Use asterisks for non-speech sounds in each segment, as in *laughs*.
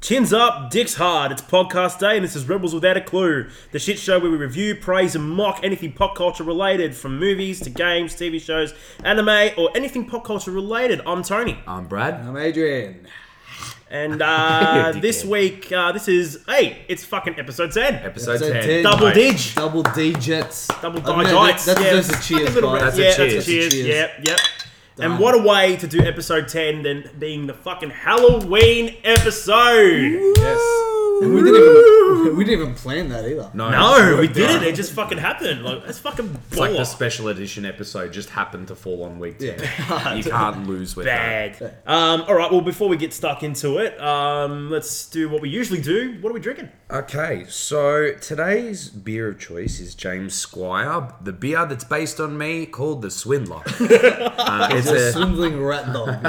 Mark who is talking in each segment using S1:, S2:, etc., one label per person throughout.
S1: Chins up, dicks hard. It's podcast day, and this is Rebels Without a Clue, the shit show where we review, praise, and mock anything pop culture related, from movies to games, TV shows, anime, or anything pop culture related. I'm Tony,
S2: I'm Brad.
S3: I'm Adrian.
S1: and uh,
S2: Dickhead.
S1: this week, uh, this is hey, it's fucking episode ten,
S2: Episode,
S3: Episode
S2: 10.
S3: 10.
S1: double
S2: Mate,
S1: dig.
S3: Double digits.
S1: Double
S3: Oh, no, that-
S1: digites.
S3: That,
S1: yeah,
S3: deserves a
S1: fucking
S3: cheers,
S1: little
S3: guys.
S1: round-
S2: That's a
S1: yeah,
S2: cheers.
S1: That's a cheers.
S3: Cheers.
S1: Yep, yep.
S3: Done.
S1: And what a way to do episode ten than being the fucking Halloween episode.
S3: Yes. And we didn't, even, we didn't even plan that either.
S2: No,
S1: No, we did it.
S2: No.
S1: It just fucking happened. Like that's fucking
S2: It's like the
S1: baller.
S2: special edition episode just happened to fall on week 10. *laughs*
S3: Yeah.
S1: *laughs*
S2: You can't lose with that.
S1: bad. Um, all right. Well, before we get stuck into it, um, let's do what we usually do. What are we drinking?
S2: Okay, so today's beer of choice is James Squire, the beer that's based on me called
S1: *laughs*
S2: the Swindler. Uh, it's
S3: It's a
S2: a,
S3: swindling rat dog.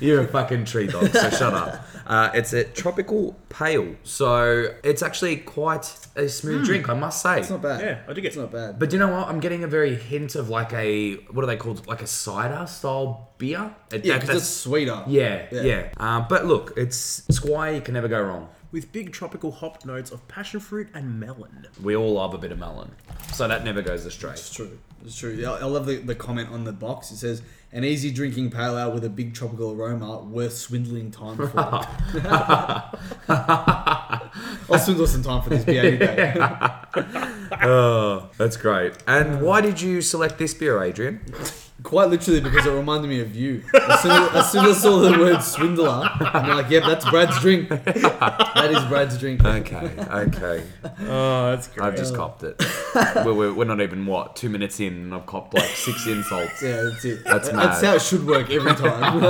S2: *laughs* You're a fucking tree dog,
S1: *laughs*
S2: so shut up. Uh, it's a tropical pale, so it's actually quite a
S1: Hmm.
S2: smooth drink, I must say.
S3: It's not bad.
S1: Yeah, I dig it.
S3: It's not bad.
S2: But you know what? I'm getting a very hint of like a what are they called? Like a cider style beer. It-
S3: yeah,
S2: that-
S3: because
S2: that's-
S3: it's sweeter.
S2: yeah, yeah.
S3: Yeah.
S2: Uh, but look, it's Squire. You can never go wrong.
S1: With big tropical hop notes of passion fruit and melon.
S2: We all love a bit of melon, so that never goes astray.
S3: It's true. It's true. Yeah, I love the, the comment on the box. It says, an easy drinking pale ale with a big tropical aroma worth swindling
S2: *laughs*
S3: time for. *laughs* I'll swindle some time for this beer
S2: *laughs*
S3: any day.
S2: Oh, that's great. And why did you select this beer, Adrian?
S3: Quite literally because it reminded me of you. As soon as, as soon as I saw the word swindler, I'm like, yep, that's Brad's drink. That is Brad's drink.
S2: Okay, okay.
S1: Oh, that's great.
S2: I've just copped it. we're, we're, we're not even what two minutes in, and I've copped like
S3: *laughs*
S2: six insults.
S3: Yeah, that's it.
S2: That's
S3: that's
S2: mad.
S3: how it should work
S2: *laughs*
S3: every time.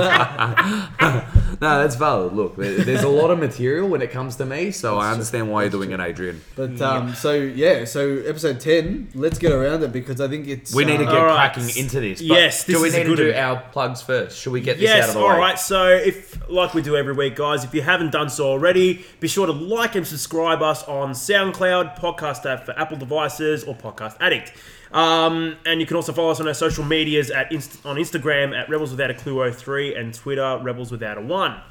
S2: No, that's valid. Look, there- there's a lot of material when it comes to me, so I understand why you're doing it, Adrian.
S3: but um, so yeah, so episode ten, let's get around it because I think it's
S2: We need to
S3: uh,
S2: get
S1: All right.
S2: cracking into this. But
S1: Yes, this
S2: do we
S1: is a
S2: need
S1: good
S2: to do
S1: one.
S2: our plugs first? Should we get this out
S1: Yes,
S2: of the
S1: all
S2: way?
S1: right. So, if like we do every week, guys, if you haven't done so already, be sure to like and subscribe us on SoundCloud, Podcast App for Apple devices, or Podcast Addict. Um, and you can also follow us on our social medias at inst- on Instagram at Rebels Without a Clue 03 and Twitter Rebels Without a One.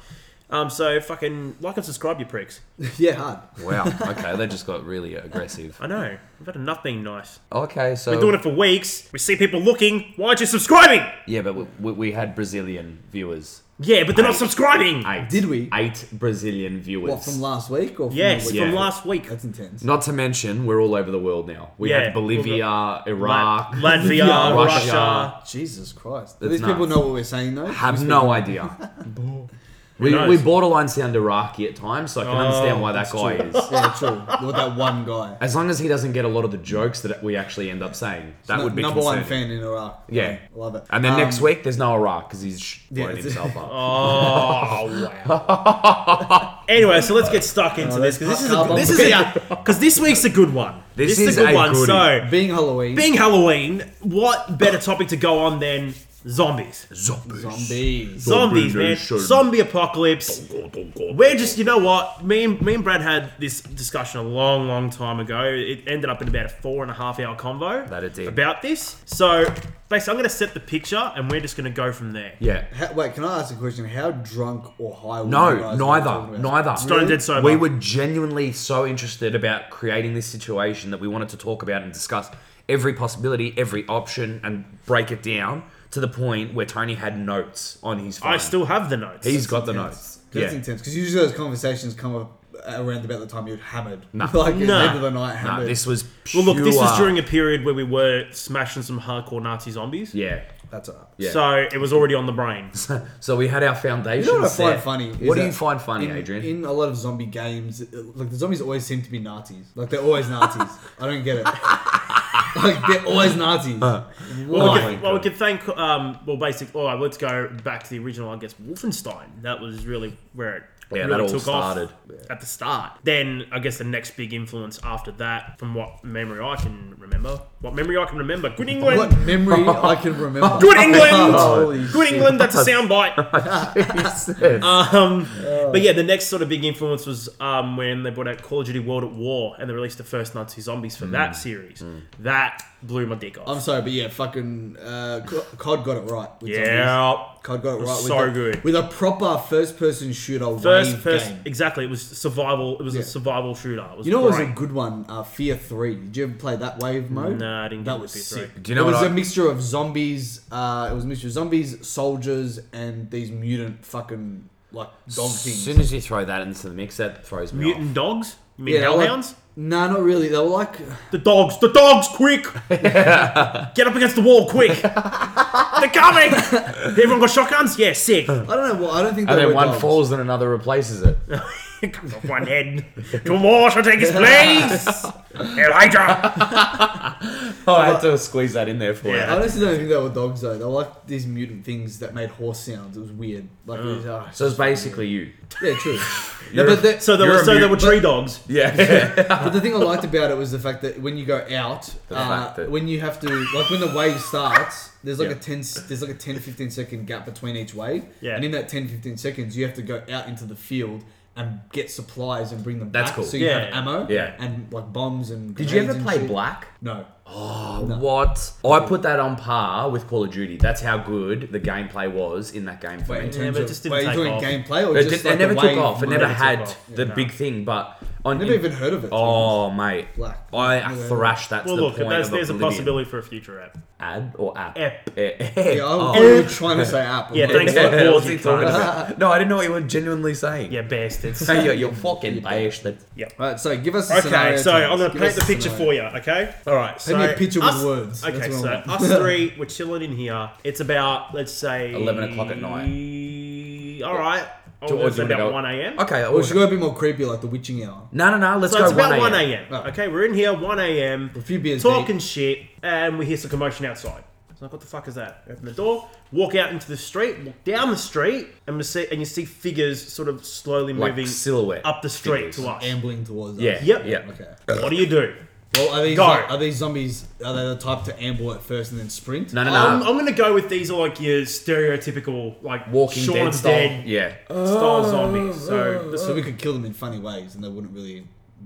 S1: Um, so fucking like and subscribe, you pricks.
S3: yeah hard.
S2: Wow. Okay, they just got really aggressive.
S1: *laughs* I know we've had enough being nice.
S2: Okay, so
S1: We're doing it for weeks. We see people looking. Why aren't you subscribing?
S2: yeah, but we- we, we had Brazilian viewers.
S1: Yeah, but they're not subscribing.
S2: Eight.
S3: Did we?
S2: Eight Brazilian viewers.
S3: What from last week or from
S1: Yes,
S3: the week
S1: from
S2: Yeah.
S3: before?
S1: last week.
S3: That's intense.
S2: Not to mention, we're all over the world now. We
S1: Yeah,
S2: had Bolivia, Iraq.
S1: Latvia,
S3: Latvia,
S1: Russia.
S2: *laughs* Russia.
S3: Jesus Christ! Do
S2: That's
S3: these people
S2: nuts.
S3: know what we're saying though?
S2: have no
S3: *laughs*
S2: idea. we,
S1: knows? Oh,
S2: we borderline sound Iraqi at times, so I can understand why that guy is.
S3: yeah, true. With that one guy,
S2: As long as he doesn't get a lot of the jokes that we actually end up saying, that
S3: No-
S2: would be
S3: number one
S2: concerning.
S3: fan in Iraq.
S2: Yeah.
S3: love it.
S2: And then
S3: Um,
S2: next week, there's no Iraq because he's sh-
S3: Yeah,
S2: blown
S3: it's- *laughs*
S2: himself up.
S1: Oh wow! anyway, so let's get stuck into
S3: Oh,
S1: this because
S3: that's
S1: this is
S3: not-
S1: a, this is a because this week's a good one.
S2: This is
S1: a good
S2: a
S1: one.
S2: goodie.
S1: So
S3: being Um, Halloween,
S1: being Halloween, what better topic to go on than zombies?
S2: Zombies.
S3: zombies.
S1: Zombies,
S2: Zombie
S1: man!
S2: nation.
S1: Zombie apocalypse. We're just, you know what? Me and me and Brad had this discussion a long, long time ago. It ended up in about a four and a half hour convo
S2: That it did.
S1: about this. So basically, I'm going to set the picture, and we're just going to go from there.
S2: Yeah.
S3: How, wait, can I ask a question? How drunk or high? were you
S2: No,
S3: guys when we were
S2: neither.
S3: talking about
S2: Neither.
S1: Stone dead sober.
S2: We were genuinely so interested about creating this situation that we wanted to talk about and discuss every possibility, every option, and break it down to the point where Tony had notes on his phone.
S1: I still have the notes.
S2: He's got
S3: it?
S2: the
S3: Intense.
S2: notes.
S3: That's
S2: yeah.
S3: intense because usually those conversations come up around about the time you're hammered,
S2: Nah.
S3: *laughs* like in the
S1: Nah.
S3: middle of the night
S2: Nah,
S3: hammered.
S2: this was.
S1: Well, look, this was
S2: pure-
S1: during a period where we were smashing some hardcore Nazi zombies.
S2: Yeah.
S3: That's all right.
S2: Yeah.
S1: So it was already on the brain.
S2: So we had our foundation.
S3: You know what I find
S2: set.
S3: funny? is
S2: What do
S3: that
S2: you find funny,
S3: in,
S2: Adrian? *laughs*
S3: In a lot of zombie games, it- like the zombies always seem to be Nazis. Like they're always Nazis. I
S2: *laughs*
S3: don't get it. Like they're always Nazis.
S2: Uh.
S1: Well, we
S3: Why?
S1: could, well, we could thank. Um, well, basic. All right, let's go back to the original. I guess Wolfenstein. That was really where it.
S2: Yeah,
S1: really
S2: that all
S1: took
S2: started.
S1: Off at the start. Then I guess the next big influence after that, from what memory I can remember, what memory I can remember,
S2: *laughs*
S1: Good
S3: What
S1: England,
S3: memory I can remember.
S1: Good England!
S3: *laughs* Holy
S1: Good
S3: shit.
S1: England. That's a soundbite.
S2: Jesus.
S1: Um,
S3: Oh.
S1: But yeah, the next sort of big influence was um, when they brought out Call of Duty World at War and they released the first Nazi zombies for that series. That blew my dick off.
S3: Hmm. I'm sorry, but yeah, fucking uh, Co- COD got it right. with zombies.
S1: yeah.
S3: COD got it right. With
S1: so
S3: a-
S1: good.
S3: with a proper first-person shooter
S1: First,
S3: wave
S1: first,
S3: game.
S1: exactly. It was survival. It was
S3: Yeah.
S1: a survival shooter. It was
S3: You know what was a
S1: great.
S3: good one? Uh, Fear Three. Did you ever play that wave mode?
S1: Nah, I didn't
S3: That
S1: get
S3: was
S1: Fear
S3: sick.
S2: Do you know
S3: it was
S2: what
S3: a
S2: I-
S3: mixture of zombies. Uh, it was a mixture of zombies, soldiers, and these mutant fucking like dog
S2: As
S3: things.
S2: soon as you throw that into the mix, that throws me
S1: mutant dogs? You mean
S3: Yeah, they were like-
S1: hellhounds?
S3: nah, not really. They were like
S1: The dogs! The dogs!
S3: *laughs*
S1: Quick! Get up against the wall, quick! They're coming! Everyone got shotguns? Yeah,
S3: *laughs*
S1: sick.
S3: I don't know. What, I don't think.
S2: off. And
S3: they
S2: then
S3: were
S2: one
S3: dogs.
S2: falls, and another replaces
S3: *laughs*
S2: it.
S1: Comes off one head. Gamora shall take his
S3: *laughs*
S1: place! Hell Hydra!
S2: Oh, I had to squeeze that in there for
S1: Yeah.
S3: I honestly don't think they were dogs though. They were like these mutant things that made horse sounds. It was weird. Like it was, uh,
S2: you. So it's basically you.
S3: yeah, true. no, but, the,
S1: So, there
S2: *laughs* You're
S1: were,
S2: a
S1: so there were
S2: mutant.
S1: tree dogs.
S2: *laughs* Yeah.
S3: but the thing I liked about it was the fact that when you go out,
S2: The
S3: uh,
S2: fact that-
S3: when you have to like when the wave starts, there's like
S2: Yeah.
S3: a 10 there's like a 10 15 second gap between each wave.
S1: Yeah.
S3: And in that 10 15 seconds, you have to go out into the field and get supplies and bring them
S2: That's
S3: back
S2: cool.
S3: so you
S1: Yeah,
S3: have
S1: yeah.
S3: ammo
S2: Yeah.
S3: and like bombs and
S2: Did you
S3: grenades
S2: ever
S3: and
S2: play
S3: shit.
S2: Black?
S3: No.
S2: Oh, what? I put that on par with Call of Duty. That's how good the gameplay was in that game for
S3: Wait,
S2: me.
S3: in
S2: It,
S3: terms
S1: but it
S3: of,
S1: just didn't
S3: wait, you're
S1: take
S3: doing
S1: off.
S3: gameplay or
S2: did-
S3: just
S2: it
S3: like
S2: never
S3: the
S2: took
S3: wave
S2: off. It never
S1: took
S2: had
S1: off.
S2: the
S1: Yeah.
S2: big thing, but on
S3: Never even heard of it. to be
S2: Oh mate,
S3: Black.
S2: I
S3: Yeah.
S2: thrashed that to
S1: Well,
S2: the
S1: look,
S2: point
S1: there's,
S2: of
S1: there's a
S2: oblivion.
S1: possibility for a future app.
S2: Ad or app?
S1: App.
S2: Eh, eh,
S3: Yeah, I
S2: oh.
S3: thought you were trying to say app.
S1: Yeah, thanks for
S2: *laughs* Yeah,
S1: the
S2: what's
S1: pause,
S2: he
S1: you
S2: talking
S1: cunt.
S2: about? No, I didn't know what you were genuinely saying. *laughs*
S1: Yeah, bastards.
S2: Hey, you're, you're fucking bastard.
S3: Right, so give us a scenario.
S1: Okay, so I'm going to
S3: Give
S1: paint
S3: us
S1: the
S3: a
S1: picture
S3: scenario.
S1: for you, okay? All right. So
S3: me a picture with
S1: us-
S3: words. That's
S1: Okay,
S3: what I
S1: so
S3: want.
S1: us
S3: *laughs*
S1: three, we're chilling in here. It's about, let's say...
S2: 11 o'clock at night.
S1: All right.
S2: Do-
S1: Oh,
S2: or do you
S1: it's
S2: wanna
S1: about
S2: go-
S1: 1 a.m.?
S2: Okay,
S3: Or
S2: well,
S3: should go a bit more creepy, like the witching hour.
S2: no, no, no. Let's
S1: So
S2: go
S1: it's about
S2: 1
S1: 1
S2: a.m.
S1: a.m.
S3: Oh.
S1: Okay, we're in here 1 a.m.
S3: A few beers
S1: talking
S3: deep.
S1: shit, and we hear some commotion outside. So like, what the fuck is that? Open the door, walk out into the street, walk down the street, and we see and you see figures sort of slowly
S2: Like
S1: moving
S2: silhouette
S1: up the street
S2: figures.
S1: to us.
S3: Ambling towards us.
S2: Yeah.
S1: Yep.
S2: Yeah.
S3: Okay.
S1: What do you do?
S3: Well, are these
S1: Go.
S3: are these zombies? Are they the type to amble at first and then sprint? Um,
S2: No, no, no.
S1: I'm, I'm gonna go with these are like your stereotypical like
S2: Walking
S1: Shaun
S2: Dead
S1: of
S2: style.
S1: Dead Uh,
S2: Yeah.
S1: style zombies. So this
S3: So we could kill them in funny ways, and they wouldn't really.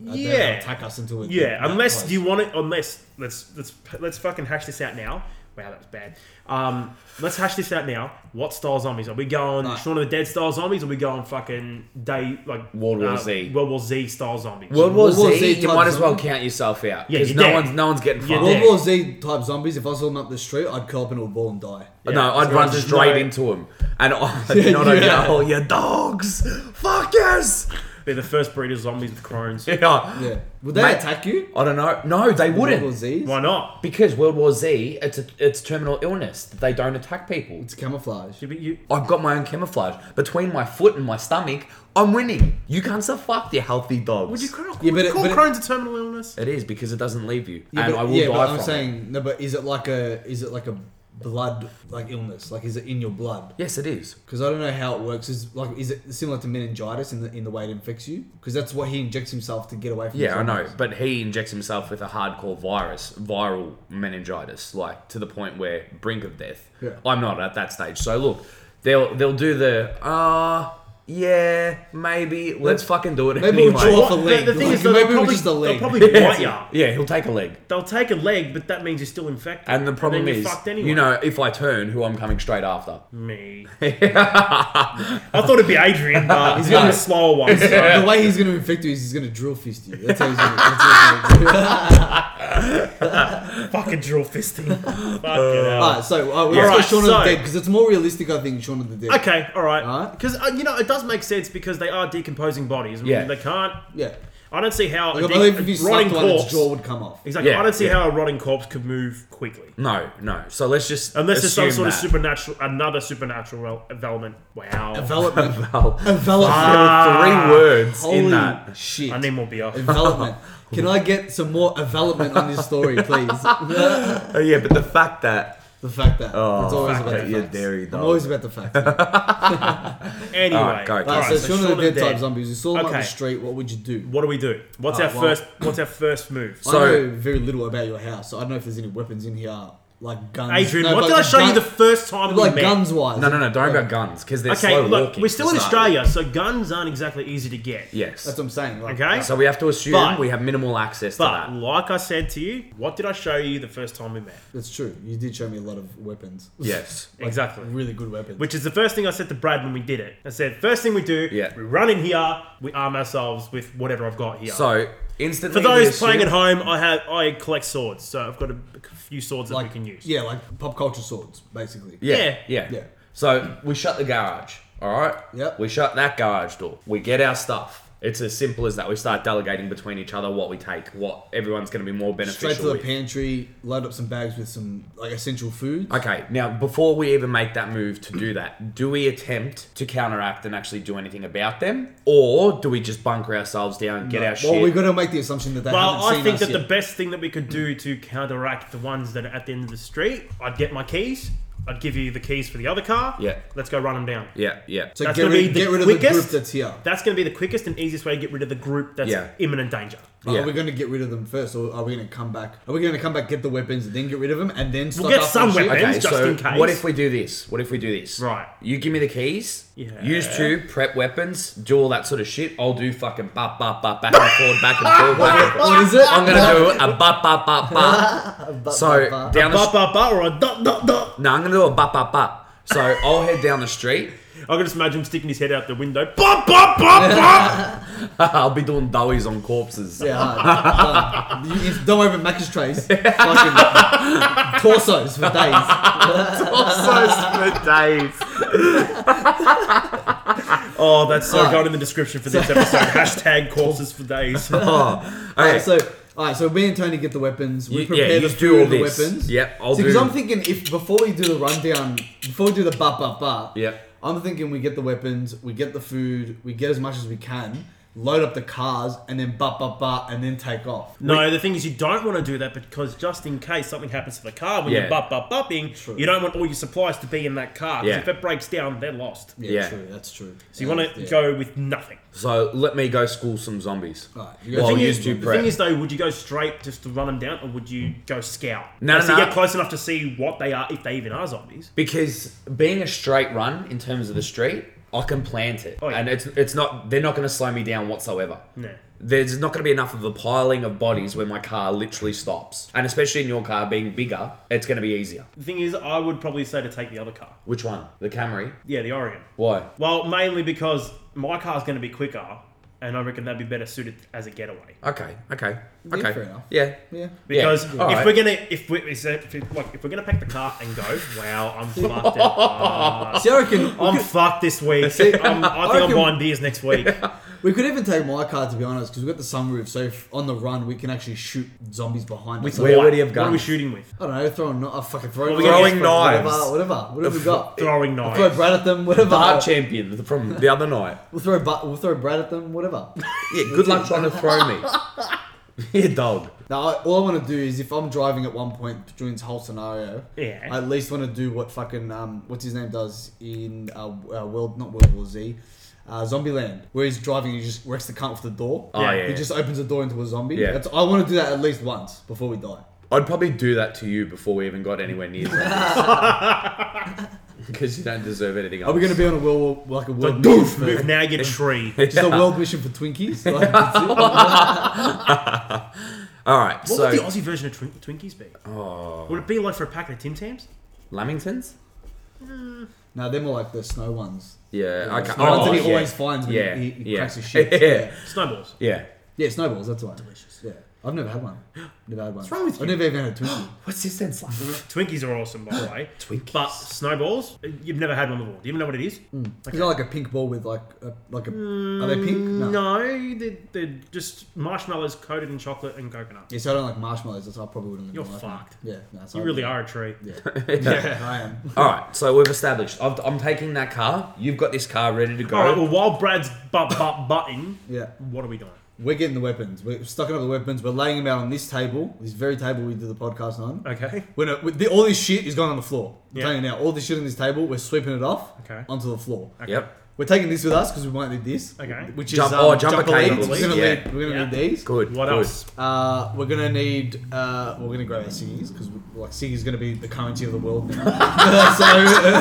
S3: uh, they
S1: Yeah.
S3: don't attack us until. it-
S1: Yeah,
S3: that
S1: unless
S3: close.
S1: you want it. Unless let's let's let's fucking hash this out now. Wow, that was bad. Um, let's hash this out now. What style zombies are we going?
S3: Right.
S1: Shaun of the Dead style zombies? Or are we going fucking day like uh,
S2: World War Z.
S1: World War Z style zombies?
S2: World War
S3: World War
S2: Z,
S3: Z
S2: you
S3: type
S2: might as well
S3: zombie.
S2: count yourself out.
S1: Yeah,
S2: Because
S1: you're
S2: no
S1: dead.
S2: one's no one's getting
S1: You're
S2: fucked.
S3: World
S1: dead.
S3: War Z type zombies. If I saw them up the street, I'd curl up into a ball and die.
S1: Yeah.
S2: No, I'd
S1: So
S2: run
S1: there's
S2: straight
S1: no-
S2: into him, and *laughs* I'd not only
S3: Yeah.
S2: yell, "You dogs, fuckers!"
S1: They're the first breed of zombies with crones.
S2: *laughs*
S3: *laughs*
S2: Yeah.
S3: Yeah. Would they
S2: Mate,
S3: attack you?
S2: I don't know. No, they
S3: World War
S2: wouldn't
S3: Z's.
S1: Why not?
S2: because World War Z, it's a, it's terminal illness. They don't attack people.
S3: It's camouflage.
S1: You- you-
S2: I've got my own camouflage between my foot and my stomach. I'm winning. You can't so fuck your healthy dogs.
S1: would you call,
S3: Yeah, but it-
S1: call
S3: but it-
S1: Crohn's a terminal illness?
S2: It is because it doesn't leave you,
S3: Yeah,
S2: and
S3: but,
S2: I will
S3: yeah,
S2: die
S3: but I'm
S2: from it.
S3: saying no. But is it like a is it like a blood like illness? Like is it in your blood?
S2: Yes, it is.
S3: Because I don't know how it works. Is like is it similar to meningitis in the in the way it infects you? Because that's what he injects himself to get away from.
S2: Yeah, I know,
S3: *laughs* zombies.
S2: but he injects himself with a hardcore virus, viral meningitis, like to the point where brink of death.
S3: Yeah.
S2: I'm not at that stage. So look, they'll they'll do the ah yeah maybe let's fucking do it
S3: Maybe we'll
S2: anyway. *laughs*
S3: draw- Off a
S1: What-
S3: leg.
S1: The, the thing
S3: Like,
S1: is, though,
S3: maybe
S1: they'll
S3: it was
S1: probably,
S3: just a
S1: they'll
S3: leg.
S1: probably
S3: *laughs*
S1: bite you.
S2: yeah, yeah, he'll take a leg.
S1: They'll take a leg, but that means you're still infected.
S2: And the problem
S1: then you're
S2: is,
S1: fucked anyway.
S2: you know, if I turn, who I'm coming straight after.
S1: *laughs* Me. I thought it'd be Adrian, but he's got a slower one. So.
S3: the way he's going to infect you is he's going to drill fist you. That's how he's going to. That's how he's gonna do it.
S1: Fucking drill fisting. *laughs* Fucking
S3: All
S1: hell.
S3: right, so uh, let's
S1: Alright,
S3: go Shaun of
S1: so-
S3: the Dead because it's more realistic, I think. Shaun of the Dead.
S1: Okay, all right.
S3: Alright.
S1: Because uh, you know it does make sense because they are decomposing bodies. I mean,
S2: Yeah.
S1: They can't.
S3: Yeah.
S1: I don't see how
S3: Like,
S1: a,
S3: I
S1: de-
S3: believe if
S1: a
S3: you
S1: rotting
S3: slapped one, its
S1: corpse.
S3: jaw would come *laughs* off.
S1: Exactly.
S2: Yeah,
S1: I don't see
S2: yeah.
S1: how a rotting corpse could move quickly
S2: No, no. So let's just
S1: unless there's some
S2: assume
S1: sort of
S2: that. *laughs*
S1: supernatural, another supernatural rel- envelopment. Wow. *laughs*
S3: Envelopment.
S2: Well,
S3: Envelopment.
S2: there were three Oh. words
S3: Holy
S2: in that.
S3: shit.
S1: I need more beer.
S3: Envelopment. Can I get some more envelopment on this story, please? *laughs* the
S2: Oh, yeah, but the fact that
S3: fact that it's always
S2: fact that
S3: about the
S2: Oh, you're
S3: facts.
S2: dairy
S3: I'm
S2: dog.
S3: always about the facts. Right,
S1: Anyway,
S2: Alright, go, go.
S1: alright,
S3: so, Shaun of the Dead type
S1: Dead.
S3: zombies. You saw them up
S1: Okay.
S3: the street. What would you do?
S1: What do we do? What's
S3: Oh,
S1: our
S3: well.
S1: first? What's our first move?
S2: So-
S3: I know very little about your house, so I don't know if there's any weapons in here like guns.
S1: Adrian,
S3: No,
S1: what
S3: but
S1: did I show you
S3: gun-
S1: the first time
S3: like
S1: we met?
S3: guns wise?
S2: No, no, no. Don't about guns because they're
S1: Okay,
S2: slow
S1: look,
S2: walking.
S1: we're still
S2: to
S1: in
S2: start with.
S1: Australia, so guns aren't exactly easy to get.
S2: Yes.
S3: That's what I'm saying. Like,
S1: Okay?
S2: so we have to assume
S1: But-
S2: we have minimal access to
S1: But
S2: that.
S1: like I said to you, what did I show you the first time we met?
S3: That's true. You did show me a lot of weapons.
S2: Yes.
S3: Like,
S1: Exactly.
S3: *laughs* Really good weapons.
S1: Which is the first thing I said to Brad when we did it. I said, first thing we do,
S2: Yeah.
S1: we run in here, we arm ourselves with whatever I've got here.
S2: So instantly
S1: For those
S2: we
S1: playing at
S2: assume-
S1: home, I have I collect swords, so I've got a few swords that
S3: like
S1: we can use.
S3: Yeah, like pop culture swords, basically.
S2: Yeah,
S1: Yeah.
S2: yeah.
S3: Yeah.
S2: So we shut the garage. All right.
S3: Yep.
S2: We shut that garage door. We get our stuff. It's as simple as that. We start delegating between each other what we take, what everyone's going to be more beneficial.
S3: Straight to the
S2: with.
S3: pantry, load up some bags with some like essential foods.
S2: Okay, now before we even make that move to do that, do we attempt to counteract and actually do anything about them, or do we just bunker ourselves down, get our shit?
S3: Well, we got to make the assumption that they
S1: Well,
S3: haven't
S1: I
S3: seen
S1: think
S3: us
S1: that the
S3: yet.
S1: best thing that we could do to counteract the ones that are at the end of the street, I'd get my keys. I'd give you the keys for the other car.
S2: Yeah.
S1: Let's go run them down.
S2: yeah, yeah.
S3: so
S1: that's
S3: get
S1: gonna
S3: rid,
S1: be the
S3: get rid of the
S1: quickest-
S3: group that's here.
S1: That's going to be the quickest and easiest way to get rid of the group that's
S2: Yeah.
S1: imminent danger.
S3: But
S2: Yeah.
S3: Are we going to get rid of them first, or are we going to come back? Are we going to come back, get the weapons, and then get rid of them, and then stock
S1: get
S3: up on
S1: some
S3: shit?
S1: weapons.
S2: okay,
S1: Ben's just
S2: so
S1: in case.
S2: what if we do this? What if we do this?
S1: Right.
S2: You give me the keys.
S1: Yeah.
S2: Use two prep weapons. Do all that sort of shit. I'll do fucking bop bop bop back and forth, back and forth, back and forth.
S3: What is it? Oh,
S2: I'm gonna do a bop bop bop bop. So
S3: bop.
S2: down the
S1: Ba
S2: st-
S1: ba ba or a dot dot dot.
S2: no, I'm gonna do a bop bop bop. So I'll head down the street. *laughs*
S1: I can just imagine him sticking his head out the window. Bop bop bop bop.
S2: I'll be doing doughies on corpses.
S3: Yeah, hard. Done. You- you- don't worry about mattress trays. Fucking torsos for days.
S2: days.
S1: *laughs* Oh, that's so
S3: Alright.
S1: going in the description for this episode. Hashtag corpses for days.
S2: *laughs* Oh, okay.
S3: So, all right. So me and Tony get the weapons. We
S2: You-
S3: prepare
S2: yeah,
S3: the
S2: you
S3: food,
S2: do all
S3: and the
S2: this.
S3: weapons.
S2: Yep, I'll
S3: Because
S2: do-
S3: I'm thinking if before we do the rundown, before we do the ba ba ba.
S2: Yep.
S3: I'm thinking we get the weapons, we get the food, we get as much as we can, load up the cars, and then ba ba ba, and then take off.
S1: No, the thing is, you don't want to do that because just in case something happens to the car when you're
S2: Yeah.
S1: bup bup bupping,
S3: True.
S1: you don't want all your supplies to be in that car. 'cause
S2: Yeah.
S1: If it breaks down, they're lost.
S3: Yeah,
S2: Yeah.
S3: true. That's true.
S1: So you want to go with nothing.
S2: So let me go school some zombies.
S3: Alright, you go
S2: Well,
S3: school
S2: use two
S3: some zombies.
S1: The thing
S2: prep.
S1: is, though, would you go straight just to run them down, or would you go scout?
S2: No,
S1: As
S2: no,
S1: to
S2: no.
S1: get close enough to see what they are, if they even are zombies.
S2: Because being a straight run in terms of the street, I can plant it,
S1: Oh, yeah.
S2: and it's it's not they're not going to slow me down whatsoever.
S1: No.
S2: There's not going to be enough of a piling of bodies where my car literally stops, and especially in your car being bigger, it's going to be easier.
S1: The thing is, I would probably say to take the other car.
S2: Which one? The Camry.
S1: Yeah, the Orion.
S2: Why?
S1: Well, mainly because my car's going to be quicker, and I reckon that'd be better suited as a getaway.
S2: Okay. Okay.
S3: Yeah,
S2: Okay.
S3: fair enough.
S2: Yeah.
S1: *laughs*
S3: Yeah.
S1: Because
S2: all
S1: if
S2: right.
S1: we're gonna if we is that- if, like if we're gonna pack the car and go, wow, I'm fucked. uh,
S3: See, I reckon we
S1: I'm
S3: could,
S1: fucked this week. I'm, I think I'm
S3: reckon-
S1: buying beers next week.
S3: we could even take my car to be honest, because we've got the sunroof. So if on the run, we can actually shoot zombies behind us.
S2: Where
S1: What?
S2: would he have
S1: What are we
S2: guns?
S1: shooting with?
S3: I don't know, throwing not, oh, fucking throwing,
S1: Well, we got
S2: Throwing knives.
S3: whatever, whatever. What
S1: *laughs*
S3: have we got?
S1: Throwing
S3: We'll
S1: knives.
S3: throw Brad at them, whatever.
S2: The heart champion from the other night.
S3: We'll throw bu- we'll throw Brad at them, whatever.
S1: *laughs*
S2: Yeah, good luck trying to throw me. yeah, dog.
S3: now, I, all I want to do is if I'm driving at one point during this whole scenario,
S1: Yeah.
S3: I at least want to do what fucking um, what's his name does in uh, uh, world not World War Z. Uh, Zombieland, where he's driving, and he just wrecks the cunt off the door.
S2: Oh, yeah.
S3: He just opens the door into a zombie.
S2: Yeah.
S3: That's, I want to do that at least once before we die.
S2: I'd probably do that to you before we even got anywhere near that.
S3: *laughs*
S2: Because you don't deserve anything else.
S3: Are we going to be on a world like a world mission
S1: Doof,
S3: for,
S1: move now, get a tree. *laughs*
S3: just a world mission for Twinkies? Like, that's it. *laughs*
S2: All right,
S1: What
S2: so Oh,
S1: would the Aussie version of Twin- Twinkies be? Would it be like for a packet of Tim Tams?
S2: Lamingtons.
S3: no, they're more like the snow ones.
S2: Yeah, okay.
S3: The ones that he
S2: oh, yeah.
S3: always finds when
S2: Yeah,
S3: he, he
S2: yeah.
S3: cracks his
S2: *laughs*
S3: shit.
S2: Yeah.
S3: yeah.
S1: Snowballs.
S2: Yeah.
S3: Yeah, snowballs. That's why. Delicious. Yeah, I've never had one. Never had one. What's wrong with you? I've never even had a Twinkie.
S2: What's this sense like?
S1: Twinkies are awesome, by the way.
S2: Twinkies.
S1: But snowballs, you've never had one before. Do you even know what it is?
S3: Is that like a pink ball with like a, like a? are they pink?
S1: Mm, No, they're, they're just marshmallows coated in chocolate and coconut.
S3: Yeah, so I don't like marshmallows. That's why I probably wouldn't.
S1: You're
S3: like
S1: fucked.
S3: Them. Yeah, no, so
S1: You
S3: I
S1: really
S3: wouldn't.
S1: are a tree.
S3: *laughs* *laughs* Yeah, I am.
S2: All right, so we've established. I've, I'm taking that car. You've got this car ready to go.
S1: All right. Well, while Brad's butt butt butting,
S3: Yeah,
S1: what are we doing?
S3: we're getting the weapons. We're stocking up the weapons. We're laying them out on this table, this very table we did the podcast on.
S1: Okay.
S3: When it, with the, all this shit is going on the floor. I'm
S1: Yeah.
S3: telling you now, all this shit on this table, we're sweeping it off
S1: Okay.
S3: onto the floor.
S2: Yep.
S3: We're taking this with us because we might need this.
S1: Okay.
S3: Which
S2: Jump-
S3: is
S2: oh,
S3: um,
S2: jumper
S3: jumper leads.
S2: cables,
S3: We're gonna
S2: yeah.
S3: need. We're gonna
S1: Yeah.
S3: need these.
S2: Good.
S1: What
S2: good.
S1: else?
S3: Uh, we're gonna need. Uh, we're gonna grab our ciggies because like ciggies gonna be the currency of the world. *laughs* now.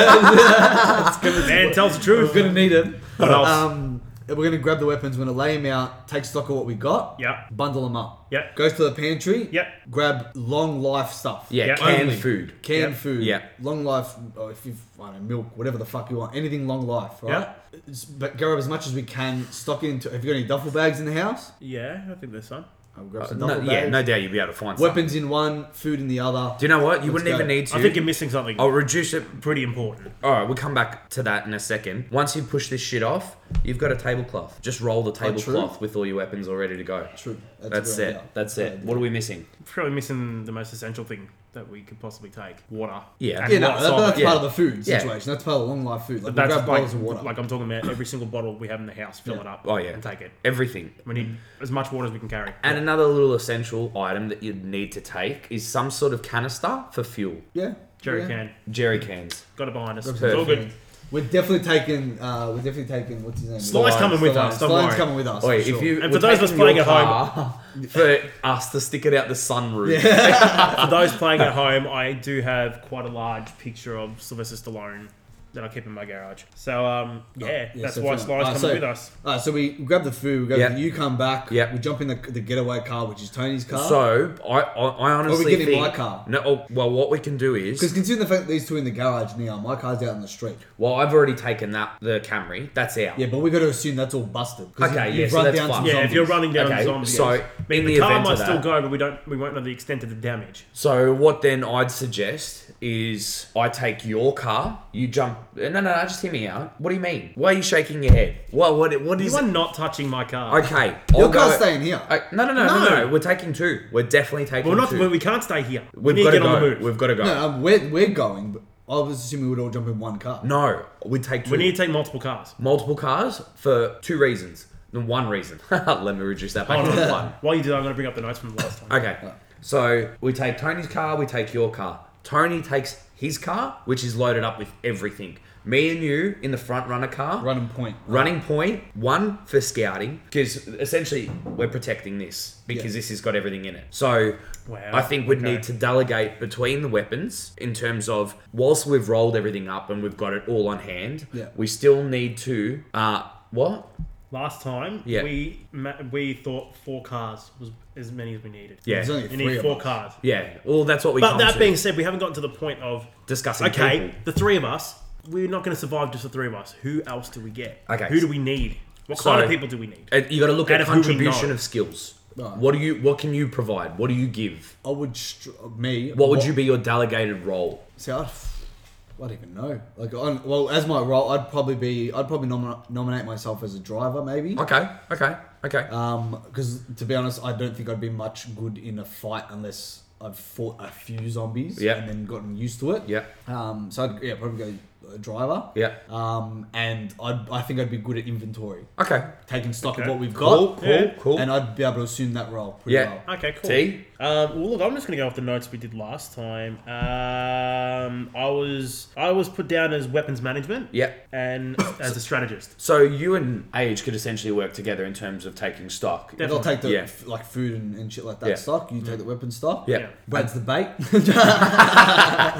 S3: so
S1: Man tells the
S3: we're
S1: truth.
S3: gonna need them.
S1: *laughs* What else?
S3: Um, and we're gonna grab the weapons. We're gonna lay them out. Take stock of what we got.
S1: Yep.
S3: Bundle them up.
S1: Yep.
S3: Goes to the pantry.
S1: Yep.
S3: Grab long life stuff.
S2: Yeah,
S1: Yeah.
S2: canned
S3: Only.
S2: food.
S3: Canned
S1: Yep.
S3: food.
S2: Yeah.
S3: Long life. Oh, if you've I don't know, milk, whatever the fuck you want, anything long life, right? It's- But grab as much as we can. Stock it into. Have you got any duffel bags in the house?
S1: Yeah, I think there's some.
S3: I'll grab some
S2: Uh, No,
S3: duffel
S2: yeah,
S3: bags.
S2: no doubt you'd be able to find something.
S3: Weapons in one, food in the other.
S2: Do you know what? You wouldn't
S3: go.
S2: even need to.
S1: I think you're missing something
S3: Oh.
S2: I'll reduce it.
S1: pretty important.
S2: All right, we'll come back to that in a second. Once you push this shit off, you've got a tablecloth. Just roll the
S3: Oh, true.
S2: tablecloth with all your weapons all ready to go.
S3: True. That's, a
S2: That's
S3: good
S2: it.
S3: idea.
S2: That's
S3: Good
S2: it.
S3: idea.
S2: What are we missing?
S1: Probably missing the most essential thing that we could possibly take: water.
S2: Yeah.
S1: And
S3: Yeah, no,
S1: not
S3: that,
S1: solid.
S3: that's
S2: Yeah.
S3: part of the food
S2: Yeah.
S3: situation. That's part of the long life food. Like, we
S1: That's
S3: grab bottles
S1: like,
S3: of water.
S1: like I'm talking about every single bottle we have in the house, fill
S3: Yeah.
S1: it up.
S2: Oh, yeah.
S1: and take it.
S2: Everything.
S1: We need as much water as we can carry.
S2: And another little essential item that you'd need to take is some sort of canister for fuel.
S3: yeah.
S1: Jerry
S3: yeah.
S1: can
S2: Jerry
S3: Mm.
S2: cans.
S1: got it behind us. It's
S2: perfect.
S1: all good.
S3: We're definitely taking. Uh, we're definitely taking. What's his name?
S1: Sly's coming with us. Don't
S3: Sly's
S1: worry.
S3: coming with us.
S2: Oi,
S3: for
S2: if
S3: sure.
S2: you
S1: And
S2: were
S1: for those of us
S2: taking your
S1: playing at home-
S2: car
S3: *laughs*
S2: for us to stick it out the sunroof.
S1: For
S2: *laughs*
S1: those playing at home, I do have quite a large picture of Sylvester Stallone that I keep in my garage. So um,
S2: Oh,
S1: yeah,
S3: Yeah,
S1: that's
S3: so
S1: why
S3: fine.
S1: Sly's
S3: Ah,
S1: coming
S3: so-
S1: with us.
S3: Alright, so we grab the food. We grab
S2: Yeah.
S3: the, you come back.
S2: Yeah.
S3: We jump in the, the getaway car, which is Tony's car.
S2: So I, I, I honestly
S3: getting
S2: think
S3: my car?
S2: No, oh, well, what we can do
S3: because
S2: is
S3: considering the fact that these two in the garage now, my car's out on the street.
S2: well, I've already taken that the Camry. That's out.
S3: Yeah, but we got to assume that's all busted. 'cause
S2: Okay,
S3: you've
S2: yeah, so
S3: run
S2: that's
S3: down
S2: fine.
S3: some
S1: Yeah, if you're
S3: zombies.
S1: running down
S2: Okay,
S1: zombies,
S2: so
S1: I mean,
S2: in
S1: the,
S2: the
S1: car
S2: event
S1: might
S2: of
S1: still
S2: that-
S1: go, but we don't we won't know the extent of the damage.
S2: So what then I'd suggest is I take your car, you jump. No, no, no, just hear me out. What do you mean? Why are you shaking your head? Well, what, what is?
S1: You
S2: it?
S1: are not touching my car.
S2: Okay,
S3: Your
S2: I'll
S3: car's
S2: go-
S3: staying here.
S2: I, no, no, no, no, no,
S1: No.
S2: We're taking two. We're definitely taking
S1: well, not
S2: two.
S1: well, we can't stay here. We
S2: We've
S1: need
S2: got
S1: to
S2: to
S1: get on the
S2: go.
S1: move.
S2: We've got to go.
S3: No, um, we're, we're going, but I was assuming we'd all jump in one car.
S2: No, we take two.
S1: We need to take multiple
S2: *laughs*
S1: cars.
S2: multiple cars for two reasons. No, One reason. *laughs* Let me reduce that back
S1: Hold
S2: to
S1: on.
S2: one.
S1: While you do that, I'm going to bring up the notes from the last time.
S2: Okay. So we take Tony's car, we take your car. Tony takes his car, which is loaded up with everything. Me and you in the front runner car.
S3: Running point.
S2: Running point, one for scouting, because essentially we're protecting this because
S3: Yeah.
S2: this has got everything in it. So
S1: Wow,
S2: I think we'd
S1: okay.
S2: need to delegate between the weapons in terms of whilst we've rolled everything up and we've got it all on hand,
S3: Yeah.
S2: we still need to uh what?
S1: Last time,
S2: Yeah.
S1: we ma- we thought four cars was as many as we needed.
S2: Yeah.
S3: There's only
S1: You
S3: three
S1: need
S3: of
S1: four
S3: us.
S1: cars.
S2: Yeah. Well that's what we
S1: But
S2: come
S1: that
S2: to.
S1: being said, we haven't gotten to the point of
S2: discussing
S1: okay,
S2: people.
S1: the three of us. We're not going to survive just the three of us. Who else do we get?
S2: Okay.
S1: Who do we need? What
S2: So-
S1: kind of people do we need?
S2: And you got to look
S1: Out
S2: at
S1: of who we
S2: contribution
S1: know.
S2: of skills.
S3: Right.
S2: What do you? What can you provide? What do you give?
S3: I would str- me.
S2: What would you be your delegated role?
S3: See, I'd, I don't even know. Like, on, well, as my role, I'd probably be. I'd probably nomi- nominate myself as a driver, maybe.
S2: Okay, okay, okay.
S3: Um, because to be honest, I don't think I'd be much good in a fight unless I've fought a few zombies
S2: Yeah.
S3: and then gotten used to it.
S2: Yeah.
S3: Um, so I'd yeah probably go uh, driver.
S2: Yeah.
S3: Um, and I'd, I think I'i'd be good at inventory,
S2: okay.
S3: taking stock
S1: Okay.
S3: of what we've
S2: Cool,
S3: got,
S2: cool,
S1: Yeah.
S2: cool.
S3: and I'd be able to assume that role pretty
S2: yeah.
S3: well.
S1: Okay, cool.
S2: See?
S1: Um, well, look, I'm just going to go off the notes we did last time. Um, I was I was put down as weapons management.
S2: Yeah. *coughs*
S1: And as a strategist.
S2: So you and Age could essentially work together in terms of taking stock.
S1: Def-
S3: They'll take the
S2: Yeah.
S3: f- like food and, and shit like that
S2: Yeah. Mm.
S3: stock. You take the weapon stock.
S2: yeah.
S1: Yeah.
S3: Brad's the bait.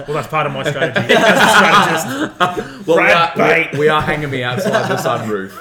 S1: Well, that's part of my
S2: *laughs*
S1: strategy. as a strategist.
S2: Well, we
S1: Brad
S2: are,
S1: Pitt.
S2: we, we are hanging me
S1: *laughs*
S2: outside the sunroof.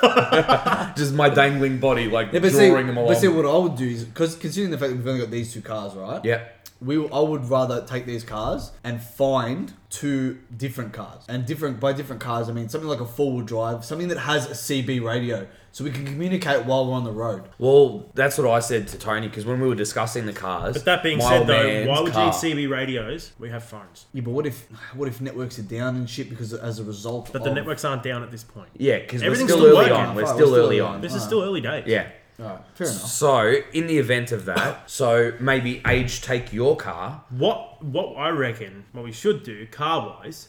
S2: *laughs* Just my dangling body, like
S3: Yeah,
S2: drawing
S3: but see,
S2: them along.
S3: but see, what I would do is because considering the fact that we've only got these two cars, right?
S2: yeah.
S3: We, I would rather take these cars and find two different cars, and different by different cars, I mean something like a four-wheel drive, something that has a CB radio, so we can communicate while we're on the road.
S2: Well, that's what I said to Tony because when we were discussing the cars.
S1: But that being
S2: my
S1: said,
S2: old
S1: though,
S2: man's
S1: why would
S2: car-
S1: you need CB radios? We have phones.
S3: Yeah, but what if, what if networks are down and shit because as a result,
S1: But
S2: Oh.
S3: of-
S1: the networks aren't down at this point.
S2: Yeah, because we're
S1: Everything's
S2: still,
S1: still
S2: early
S1: working.
S2: on. We're
S3: Fine,
S2: still
S3: we're still
S2: early
S3: early
S2: on.
S3: on.
S1: This is still early days.
S2: Yeah.
S3: Alright, fair enough.
S2: So, in the event of that, so maybe age take your car.
S1: What what I reckon what we should do car wise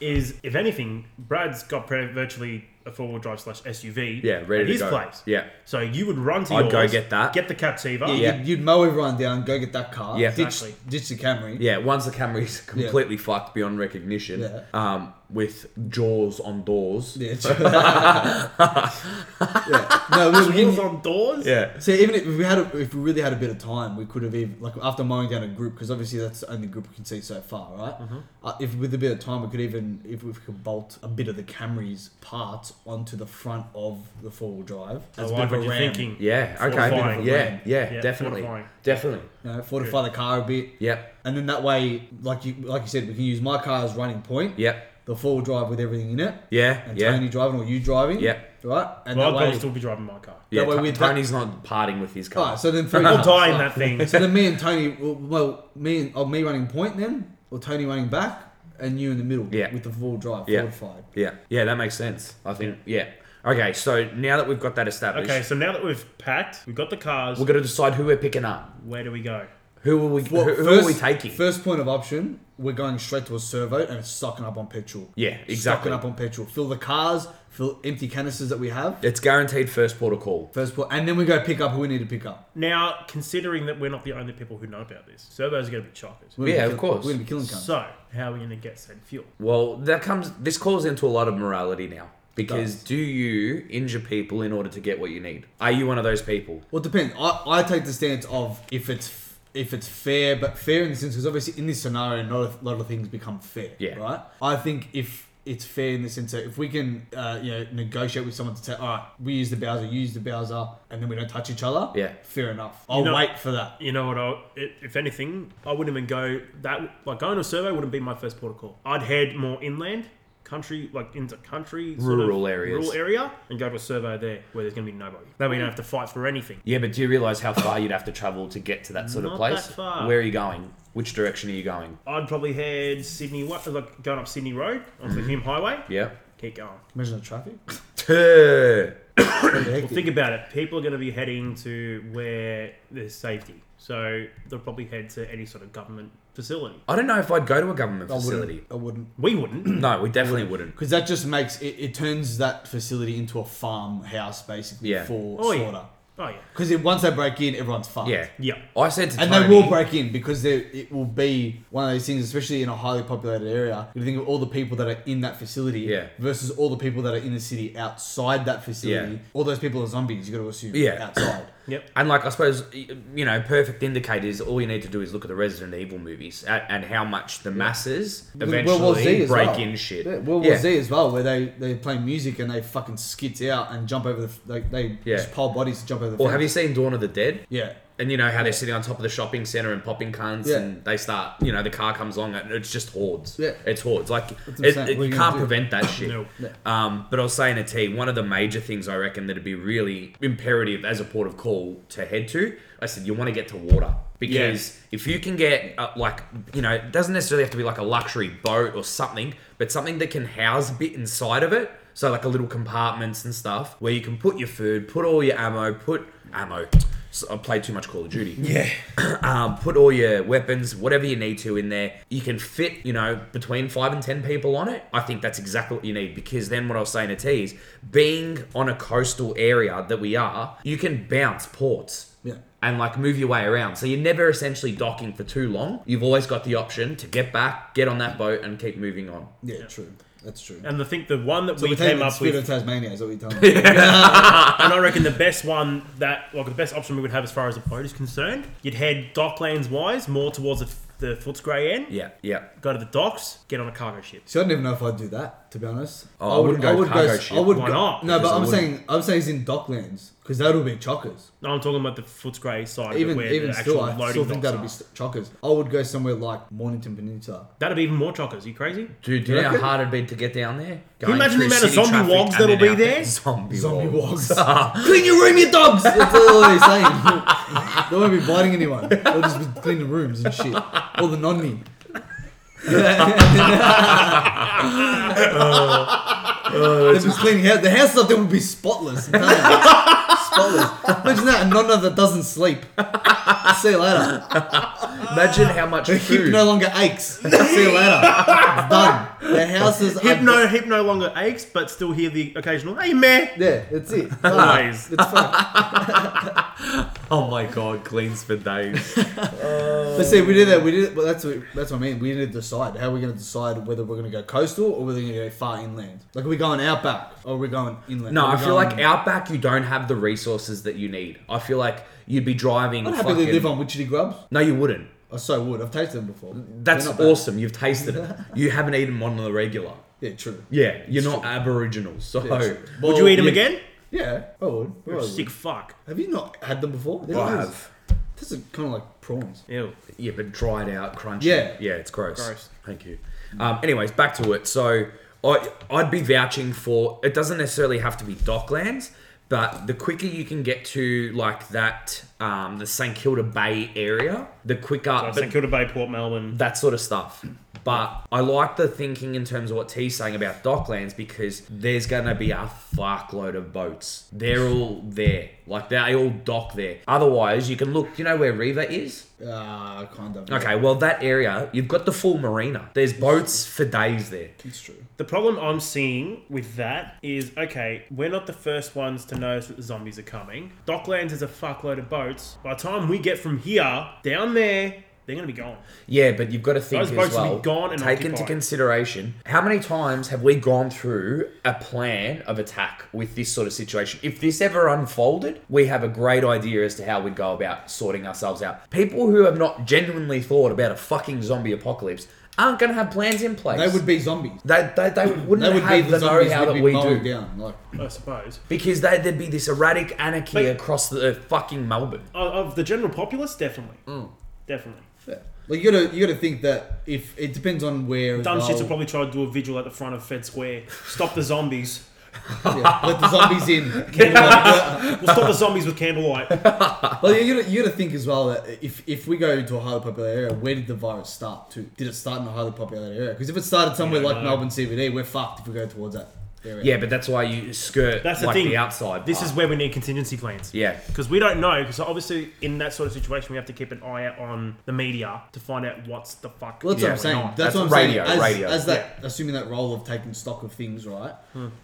S1: is, if anything, Brad's got pre- virtually a four-wheel drive slash SUV.
S2: Yeah, ready
S1: at
S2: to
S1: his
S2: go.
S1: place.
S2: Yeah.
S1: So you would run to
S2: I'd
S1: yours.
S2: go get that.
S1: Get the Captiva.
S2: Yeah.
S3: You'd, you'd mow everyone down, go get that car,
S2: Yeah.
S3: ditch,
S1: Exactly.
S3: ditch the Camry.
S2: Yeah, once the Camry's completely fucked beyond recognition,
S3: Yeah.
S2: um, with jaws on doors.
S3: Yeah, true. *laughs* Yeah. No,
S1: *laughs*
S3: we, we
S1: Doors
S3: didn't.
S1: on doors.
S2: Yeah.
S3: So even if we had, a, if we really had a bit of time, we could have even like after mowing down a group because obviously that's the only group we can see so far, right? Uh, if with a bit of time, we could even if we could bolt a bit of the Camry's parts onto the front of the four wheel drive
S1: Oh, I
S3: as a
S1: like
S3: bit
S1: what
S3: of a
S1: you're
S3: ram.
S1: thinking.
S2: Yeah, okay.
S1: Fortifying.
S2: Yeah, yeah,
S1: Yeah,
S2: definitely.
S1: fortifying.
S2: Definitely.
S3: You know, fortify the car a bit,
S2: Yep,
S3: and then that way, like you like you said, we can use my car as running point.
S2: yep,
S3: The four wheel drive with everything in it.
S2: yeah,
S3: And
S2: yeah.
S3: Tony driving or you driving.
S2: Yeah.
S3: Right. And
S1: Well, I'd
S3: that
S1: probably
S3: way.
S1: still be driving my car.
S2: yeah,
S3: that way
S2: T-
S3: with that-
S2: Tony's not parting with his car.
S3: Alright, so *laughs* then
S2: *laughs*
S3: three.
S1: I'll
S3: cars,
S1: die in
S3: right.
S1: that thing.
S3: So then me and Tony, well, well me and oh, me running point then, or Tony running back, and you in the middle
S2: Yeah.
S3: with the full drive
S2: Yeah.
S3: fortified.
S2: Yeah, yeah, that makes sense. I think, yeah. Okay, so now that we've got that established,
S1: Okay, so now that we've packed, we've got the cars.
S2: we're going to decide who we're picking up.
S1: Where do we go?
S2: Who will we?
S3: Well,
S2: who, who are we taking?
S3: First point of option, we're going straight to a servo and it's stocking up on petrol.
S2: Yeah, exactly.
S3: Stocking up on petrol. Fill the cars, fill empty canisters that we have.
S2: it's guaranteed first port of call.
S3: First point, and then we go pick up who we need to pick up.
S1: Now, considering that we're not the only people who know about this, servos are going to be chockers.
S3: We're gonna
S2: Yeah,
S3: be
S2: of
S3: kill-
S2: course.
S3: We're gonna be killing cars.
S1: So, how are we going to get said fuel?
S2: Well, that comes. This calls into a lot of morality now because
S3: does.
S2: do you injure people in order to get what you need? Are you one of those people?
S3: Well, it depends. I, I take the stance of if it's if it's fair, but fair in the sense because obviously in this scenario, not a lot of things become fair.
S2: Yeah.
S3: Right. I think if it's fair in the sense that if we can, uh, you know, negotiate with someone to say, all right, we use the Bowser, you use the Bowser, and then we don't touch each other.
S2: Yeah.
S3: Fair enough. I'll
S1: know-
S3: wait for that.
S1: You know what? I'll, i- if anything, I wouldn't even go that. Like going to a survey wouldn't be my first port of call. I'd head more inland, country, like into country, sort of
S2: Rural areas.
S1: rural area, and go to a survey there where there's going to be nobody. That way you don't have to fight for anything.
S2: Yeah, but do you realize how far you'd have to travel to get to that sort of
S1: Not
S2: place?
S1: that far.
S2: Where are you going? Which direction are you going?
S1: I'd probably head Sydney, wa- like going up Sydney Road onto
S2: Mm-hmm.
S1: the Hume Highway.
S2: Yeah.
S1: Keep going.
S3: Imagine
S1: *coughs*
S3: the traffic.
S2: Tuh.
S3: well,
S1: Think about it. People are going to be heading to where there's safety, so they'll probably head to any sort of government facility.
S2: I don't know if I'd go to a government
S3: I
S2: facility.
S3: wouldn't. I wouldn't.
S1: We wouldn't.
S2: No, we definitely wouldn't.
S3: Because that just makes it, it turns that facility into a farmhouse basically
S2: Yeah.
S3: for
S1: Oh, yeah.
S3: slaughter.
S1: Oh yeah,
S3: Because once they break in, everyone's fucked.
S2: Yeah.
S1: yeah.
S2: I said to
S3: And
S2: Tony,
S3: they will break in because they- it will be one of those things, especially in a highly populated area. You think of all the people that are in that facility
S2: Yeah.
S3: versus all the people that are in the city outside that facility.
S2: Yeah.
S3: All those people are zombies. You got to assume.
S2: Yeah. *coughs*
S3: outside.
S1: Yep.
S2: And like I suppose y- you know, perfect indicators. All you need to do is look at the Resident Evil movies and, and how much the masses eventually break
S3: well.
S2: in shit.
S3: Yeah, World War
S2: Yeah.
S3: Z as well, where they they play music and they fucking skits out and jump over the f- like they
S2: Yeah.
S3: just pile bodies to jump over the.
S2: Or have you
S3: fence.
S2: seen Dawn of the Dead?
S3: Yeah.
S2: And you know how they're sitting on top of the shopping center and popping cunts,
S3: Yeah.
S2: and they start. You know, the car comes along, and it's just hordes.
S3: Yeah.
S2: it's hordes. Like
S3: I'm
S2: it,
S3: saying.
S2: it,
S3: What are you
S2: you
S3: gonna
S2: can't
S3: do?
S2: prevent
S3: *coughs*
S2: that shit.
S1: No.
S3: Yeah.
S2: Um, but I was saying to T, one of the major things I reckon that'd be really imperative as a port of call to head to. I said you want to get to water because if you can get uh, like you know, it doesn't necessarily have to be like a luxury boat or something, but something that can house a bit inside of it. So like a little compartments and stuff where you can put your food, put all your ammo, put ammo. So I played too much Call of Duty. Yeah. *clears throat* um, put all your weapons, whatever you need to, in there. You can fit, you know, between five and ten people on it. I think that's exactly what you need because then what I was saying to T is being on a coastal area that we are, you can bounce ports.
S3: Yeah.
S2: And like move your way around. So you're never essentially docking for too long. You've always got the option to get back, get on that boat, and keep moving on.
S3: Yeah, true. That's true.
S1: And I think the one that
S3: So
S1: we
S3: we're taking
S1: came
S3: the
S1: up
S3: spirit
S1: with
S3: of Tasmania. Is what you're
S2: *laughs*
S3: telling me.
S1: And I reckon the best one that, like, the best option we would have as far as a boat is concerned, you'd head docklands wise more towards the, the Footscray end,
S2: Yeah, yeah.
S1: go to the docks, get on a cargo ship.
S3: See, I don't even know if I'd do that. To be honest,
S2: Oh, I wouldn't go cargo ship.
S3: I would
S1: Why
S3: go,
S1: not?
S3: No,
S2: Because
S3: but
S2: I
S3: I'm
S2: wouldn't.
S3: saying I'm saying it's in docklands because that'll be chockers.
S1: No, I'm talking about the Footscray side, even,
S3: Even
S1: where
S3: even
S1: the actual
S3: still, I
S1: loading
S3: still think
S1: docks
S3: that'll be
S1: are.
S3: st- chockers. I would go somewhere like Mornington Peninsula.
S1: That'd be even more chockers. You crazy?
S2: Dude, do
S3: You
S2: you know how
S3: reckon?
S2: hard it'd be to get down there? Going
S1: imagine the
S2: through
S1: amount of
S2: city
S1: zombie
S2: traffic
S1: wogs
S2: and
S1: that'll
S2: then
S1: be
S2: out
S1: there?
S2: Zombie,
S3: Zombie
S2: wogs.
S3: walks. *laughs* Clean your room, you dogs. That's all they're saying. *laughs* they won't be biting anyone. They'll just be cleaning rooms and shit. Or the *laughs* nonni. Oh. They'll be cleaning house. The house up there will be spotless. I'm telling you. dollars. Imagine that, a nonna that doesn't sleep. See you later.
S2: Imagine how much
S3: Her hip
S2: food.
S3: no longer aches. See you later. It's done. Their houses are
S1: Hypno, hip no longer aches, but still hear the occasional "Hey man."
S3: Yeah, that's it. *laughs* Done.
S1: Always.
S3: It's fine.
S2: Oh my god, cleans for days.
S3: But see, we did that. We did. Well, that's what, that's what I mean. We need to decide how we're going to decide whether we're going to go coastal or whether we're going to go far inland. Like, are we going outback or are we going inland?
S2: No,
S3: Are we
S2: I feel
S3: going-
S2: like outback you don't have the resources that you need. I feel like you'd be driving.
S3: I'd
S2: fucking...
S3: happily live on Witchetty grubs.
S2: No, you wouldn't.
S3: I so would. I've tasted them before.
S2: That's
S3: They're not bad.
S2: awesome. You've tasted *laughs* it. You haven't eaten one on the regular.
S3: Yeah, true.
S2: Yeah, you're not Aboriginal, so
S3: Yeah, true.
S1: Would you
S3: Well,
S1: eat him
S3: yeah.
S1: again?
S3: Yeah, I would. I would.
S1: Sick fuck.
S3: Have you not had them before? They're
S2: I
S3: nice.
S2: have.
S3: This is kind of like prawns.
S1: Ew.
S2: Yeah, but dried out, crunchy.
S3: Yeah.
S2: yeah, it's gross.
S1: Gross.
S2: Thank you. Um, anyways, back to it. So I, I'd be vouching for. It doesn't necessarily have to be Docklands, but the quicker you can get to like that, um, the St Kilda Bay area, the quicker.
S1: Uh,
S2: but
S1: St Kilda Bay, Port Melbourne.
S2: that sort of stuff. But I like the thinking in terms of what T's saying about Docklands because there's going to be a fuckload of boats. They're all there. Like they all dock there. Otherwise, you can look, you know where Riva is?
S3: Ah, kind of.
S2: Okay, well, that area, you've got the full marina. There's boats for days there.
S3: it's true.
S1: The problem I'm seeing with that is okay, we're not the first ones to notice that the zombies are coming. Docklands is a fuckload of boats. By the time we get from here down there, they're gonna be gone.
S2: Yeah, but you've got to think
S1: Those
S2: as
S1: boats will be
S2: well.
S1: gone and
S2: take into
S1: occupied.
S2: consideration how many times have we gone through a plan of attack with this sort of situation? If this ever unfolded, we have a great idea as to how we go about sorting ourselves out. People who have not genuinely thought about a fucking zombie apocalypse aren't going to have plans in place.
S3: They would be zombies.
S2: They, they,
S3: *clears throat*
S2: they wouldn't
S3: They would be
S2: have
S3: the
S2: the
S3: zombies
S2: know-how
S3: we'd
S2: that
S3: be
S2: we do
S3: mowing down. Like,
S1: I suppose.
S2: because they, there'd be this erratic anarchy
S1: But-
S2: across the fucking Melbourne.
S1: Of, of the general populace, definitely.
S2: Mm.
S1: Definitely.
S3: yeah. like you gotta you gotta think that if it depends on where. as
S1: Dumb shits will
S3: well.
S1: probably try to do a vigil at the front of Fed Square. Stop the zombies.
S3: Yeah, let the
S2: *laughs*
S3: zombies in. Well, *laughs*
S1: We'll stop the zombies with candlelight.
S3: you gotta, you gotta think as well that if, if we go into a highly populated area, where did the virus start? To did it start in a highly populated area? Because if it started somewhere
S1: Yeah,
S3: like
S1: no.
S3: Melbourne CBD, we're fucked if we go towards that area.
S2: Yeah, but that's why you skirt
S1: That's the
S2: like
S1: thing.
S2: the outside.
S1: This
S2: part.
S1: is where we need contingency plans.
S2: yeah.
S1: Because we don't know. Because obviously, in that sort of situation, we have to keep an eye out on the media to find out what's the fuck.
S3: Well, that's
S2: Yeah,
S3: what I'm saying.
S1: going on.
S3: That's,
S2: That's
S3: what I'm
S2: radio,
S3: saying. As,
S2: radio. Hmm.
S3: as that, assuming that role of taking stock of things, right?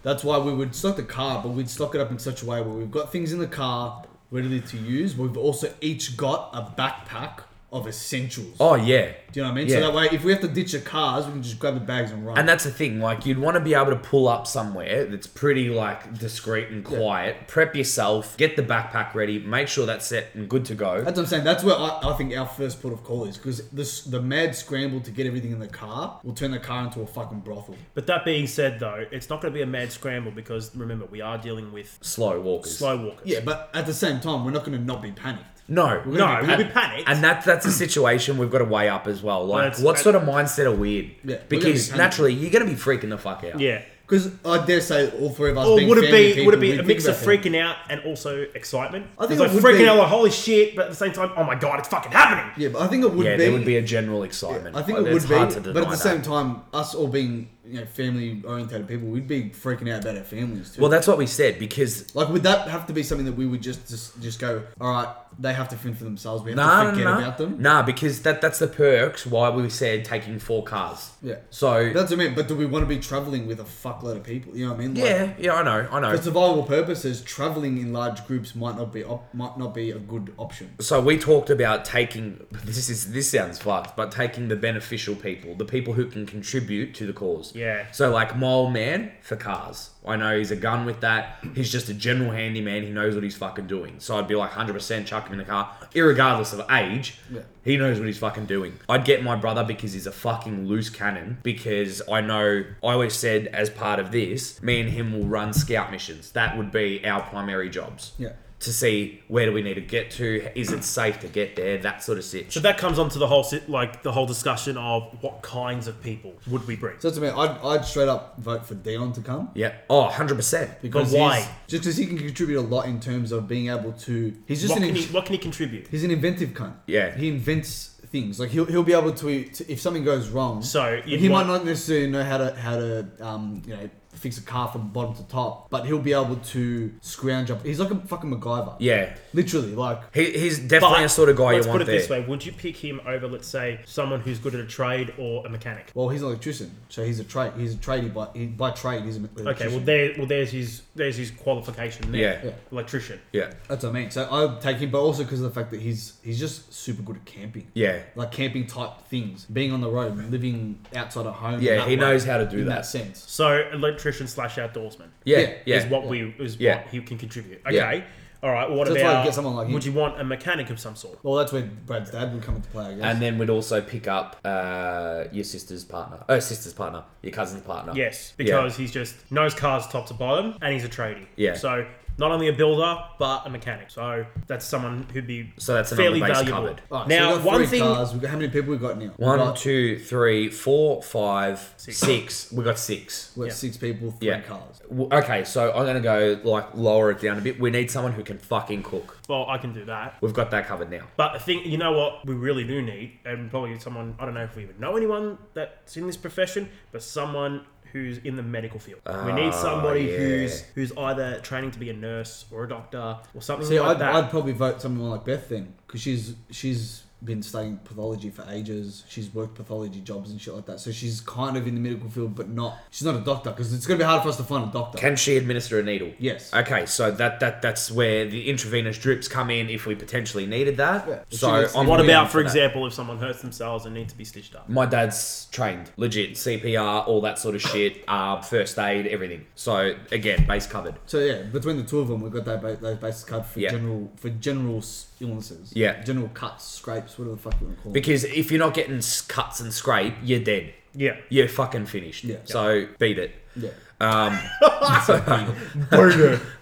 S3: That's why we would stock the car, but we'd stock it up in such a way where we've got things in the car ready to use. We've also each got a backpack of essentials.
S2: Oh yeah.
S3: Do you know what I mean?
S2: Yeah.
S3: So that way, if we have to ditch the cars, we can just grab the bags and run.
S2: And that's the thing, like you'd want to be able to pull up somewhere that's pretty like discreet and quiet. Prep yourself, get the backpack ready, make sure that's set and good to go.
S3: That's what I'm saying. That's where I, I think our first port of call is because this the mad scramble to get everything in the car will turn the car into a fucking brothel.
S1: But that being said, though, it's not going to be a mad scramble because remember, we are dealing with
S2: Slow walkers.
S1: slow walkers.
S3: Yeah, but at the same time, we're not going to not be panicked.
S2: No.
S3: We're
S1: No,
S3: gonna be
S1: we'll be
S3: panicked.
S1: panicked.
S2: And that that's a situation we've got to weigh up as well. Like
S1: it's-
S2: what
S1: I-
S2: sort of mindset are we in?
S3: Yeah, we're
S2: because
S3: gonna be panicking.
S2: naturally you're gonna be freaking the fuck out.
S1: yeah.
S3: Because I dare say all three of us.
S1: Or
S3: being
S1: would it
S3: family
S1: be would
S3: people,
S1: it
S3: we
S1: be a
S3: think
S1: mix of
S3: about them.
S1: freaking out and also excitement?
S3: I think
S1: It's like
S3: it would
S1: freaking
S3: be-
S1: out like holy shit, but at the same time, oh my god, it's fucking happening.
S3: Yeah, but I think it would
S2: Yeah,
S3: be.
S2: there would be a general excitement.
S3: I think
S2: Like,
S3: it would
S2: it's hard to
S3: be. But at
S2: deny
S3: the
S2: that.
S3: same time, us all being you know family oriented people, we'd be freaking out about our families too.
S2: Well that's what we said, because
S3: like, would that have to be something that we would just just, just go? All right, they have to fend for themselves. We have to
S2: Nah,
S3: forget
S2: nah, nah.
S3: about them.
S2: Nah, because that that's the perks why we said taking four cars.
S3: Yeah.
S2: So
S3: That's what I mean. But do we want to be traveling with a fuckload of people? You know what I mean? Like,
S2: yeah, yeah, I know, I know.
S3: For survival purposes, traveling in large groups might not be op- might not be a good option.
S2: so we talked about taking this is this sounds fucked, but taking the beneficial people, the people who can contribute to the cause.
S1: Yeah.
S2: So like Mole Man for cars. I know he's a gun with that. He's just a general handyman. He knows what he's fucking doing. So I'd be like 100% chuck him in the car, irregardless of age.
S3: Yeah.
S2: He knows what he's fucking doing. I'd get my brother because he's a fucking loose cannon. Because I know, I always said as part of this, me and him will run scout missions. That would be our primary jobs.
S3: Yeah.
S2: To see where do we need to get to? Is it safe to get there? That sort of shit.
S1: So that comes onto the whole sit- like the whole discussion of what kinds of people would we bring.
S3: So that's what I mean. I'd, I'd straight up vote for Dion to come.
S2: Yeah. Oh, 100%.
S3: Because
S1: why?
S3: he's- Just because he can contribute a lot in terms of being able to. He's just
S1: What
S3: an
S1: can,
S3: in-
S1: he, what can he contribute?
S3: he's an inventive cunt.
S2: Yeah.
S3: he invents things. Like he'll, he'll be able to, to if something goes wrong.
S1: So
S3: he
S1: you'd want-
S3: might not necessarily know how to how to um you know fix a car from bottom to top, but he'll be able to scrounge up. He's like a fucking MacGyver.
S2: Yeah.
S3: Literally, like
S2: He, he's definitely a sort of guy
S1: let's
S2: you want
S1: put it
S2: there.
S1: this way: Would you pick him over, let's say, someone who's good at a trade or a mechanic?
S3: well, he's an electrician, so he's a trade. He's a tradie by he, by trade. He's an
S1: Okay,
S3: electrician.
S1: well there, well there's his, there's his qualification there.
S2: Yeah.
S3: Yeah.
S1: electrician.
S2: Yeah.
S3: that's what I mean. So I would take him, but also because of the fact that he's he's just super good at camping.
S2: Yeah.
S3: like camping type things, being on the road, living outside of home. in
S2: Yeah,
S3: that
S2: he
S3: way,
S2: knows how to do
S3: in
S2: that.
S3: that sense.
S1: So electrician slash outdoorsman.
S2: Yeah.
S3: Yeah.
S2: Yeah.
S1: is what we is
S2: Yeah.
S1: what he can contribute. Okay.
S2: Yeah.
S1: All right. What
S3: So it's
S1: about
S3: like, get someone like him.
S1: would you want a mechanic of some sort?
S3: Well, that's where Brad's dad would come into play, I guess.
S2: And then we'd also pick up uh, your sister's partner. Oh, sister's partner. Your cousin's partner.
S1: Yes, because he's just knows cars top to bottom, and he's a tradie.
S2: Yeah.
S1: So not only a builder but a mechanic. So that's someone who'd be
S2: So that's another
S1: fairly
S2: base
S1: valuable.
S2: covered.
S3: All right, so
S1: now
S3: we've got
S1: one
S3: three
S1: thing.
S3: Cars. We've got, how many people we got now?
S2: One,
S3: We've got,
S2: two, three, four, five,
S1: Six.
S2: six. We got six.
S3: we've got
S1: yeah.
S3: six people, three
S2: Yeah.
S3: cars.
S2: W- Okay, so I'm gonna go like lower it down a bit. We need someone who can fucking cook.
S1: Well, I can do that.
S2: We've got that covered now.
S1: But I think you know what we really do need, and probably someone I don't know if we even know anyone that's in this profession, but someone who's in the medical field. we need
S2: Ah,
S1: somebody
S2: yeah.
S1: who's who's either training to be a nurse or a doctor or something
S3: See,
S1: like
S3: I'd,
S1: that.
S3: I'd probably vote someone like Beth then, because she's she's been studying pathology for ages. She's worked pathology jobs and shit like that. So she's kind of in the medical field, but not. She's not a doctor because it's gonna be hard for us to find a doctor.
S2: Can she administer a needle?
S3: Yes.
S2: Okay, so that that that's where the intravenous drips come in if we potentially needed that.
S3: Yeah.
S2: So
S3: She needs-
S2: I'm
S1: What
S2: all in
S1: about, for
S2: that.
S1: example, if someone hurts themselves and needs to be stitched up?
S2: My dad's trained, legit CPR, all that sort of shit, uh, first aid, everything. So again, base covered.
S3: So yeah, between the two of them, we've got that ba- those bases covered for
S2: Yeah.
S3: general for general s- illnesses.
S2: Yeah.
S3: General cuts, scrapes, whatever the fuck you want to call them.
S2: Because if you're not getting s- cuts and scrape, you're dead.
S1: Yeah.
S2: You're fucking finished.
S3: Yeah.
S2: So beat it.
S3: Yeah.
S2: *laughs*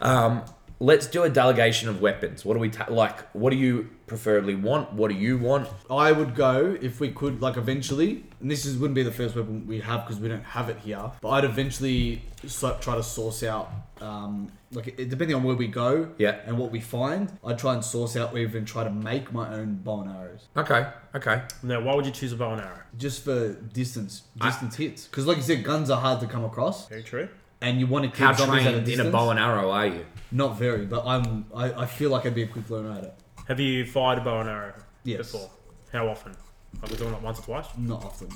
S2: Um, let's do a delegation of weapons. What do we ta- like? What do you preferably want? What do you want?
S3: I would go if we could, like eventually. And this is, wouldn't be the first weapon we have because we don't have it here. But I'd eventually so- try to source out, um, like it, depending on where we go,
S2: Yeah.
S3: and what we find. I'd try and source out, or even try to make my own bow and arrows,
S2: Okay. Okay.
S1: Now, why would you choose a bow and arrow?
S3: just for distance, distance hits. Because like you said, guns are hard to come across,
S1: Very true.
S3: and you want to
S2: How
S3: kill zombies at a
S2: trained in
S3: distance.
S2: a bow and arrow are you?
S3: Not very, but I'm. I, I feel like I'd be a quick learner at it.
S1: Have you fired a bow and arrow
S3: Yes.
S1: before? How often? Are we doing it once or twice?
S3: Not often.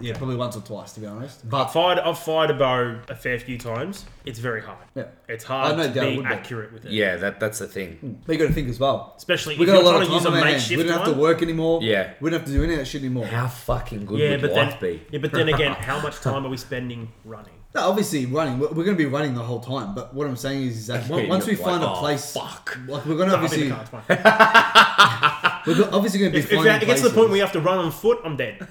S3: Yeah, probably once or twice to be honest. But
S1: Fired, I've fired a bow a fair few times. It's very hard.
S3: Yeah.
S1: It's hard
S3: I know
S1: to
S3: that
S1: be
S3: would be.
S1: accurate with it.
S2: Yeah, that that's the thing.
S3: But you got to think as well.
S1: Especially
S3: we
S1: if
S3: got
S1: you're
S3: a lot
S1: trying to
S3: of time
S1: use a
S3: on our hands. We
S1: makeshift
S3: don't have to
S1: one.
S3: work anymore.
S2: Yeah.
S3: we don't have to do any of that shit anymore.
S2: How fucking good
S1: Yeah,
S2: would
S1: but
S2: life
S1: then,
S2: be?
S1: yeah, but then
S3: *laughs*
S1: again, how much time are we spending running?
S3: No, obviously, running. We're, we're going to be running the whole time. But what I'm saying is, is that
S2: Yeah,
S3: once we
S2: you're
S3: find
S2: like,
S3: a
S2: "Oh,
S3: place,
S2: fuck."
S3: like we're going to
S1: Nah, I'll be in
S3: obviously,
S1: the car, it's
S3: *laughs*
S1: fine.
S3: we're go- obviously going to be
S1: if if
S3: finding
S1: that gets to the point
S3: places.
S1: where you have to run on foot, I'm
S3: *laughs*
S1: dead.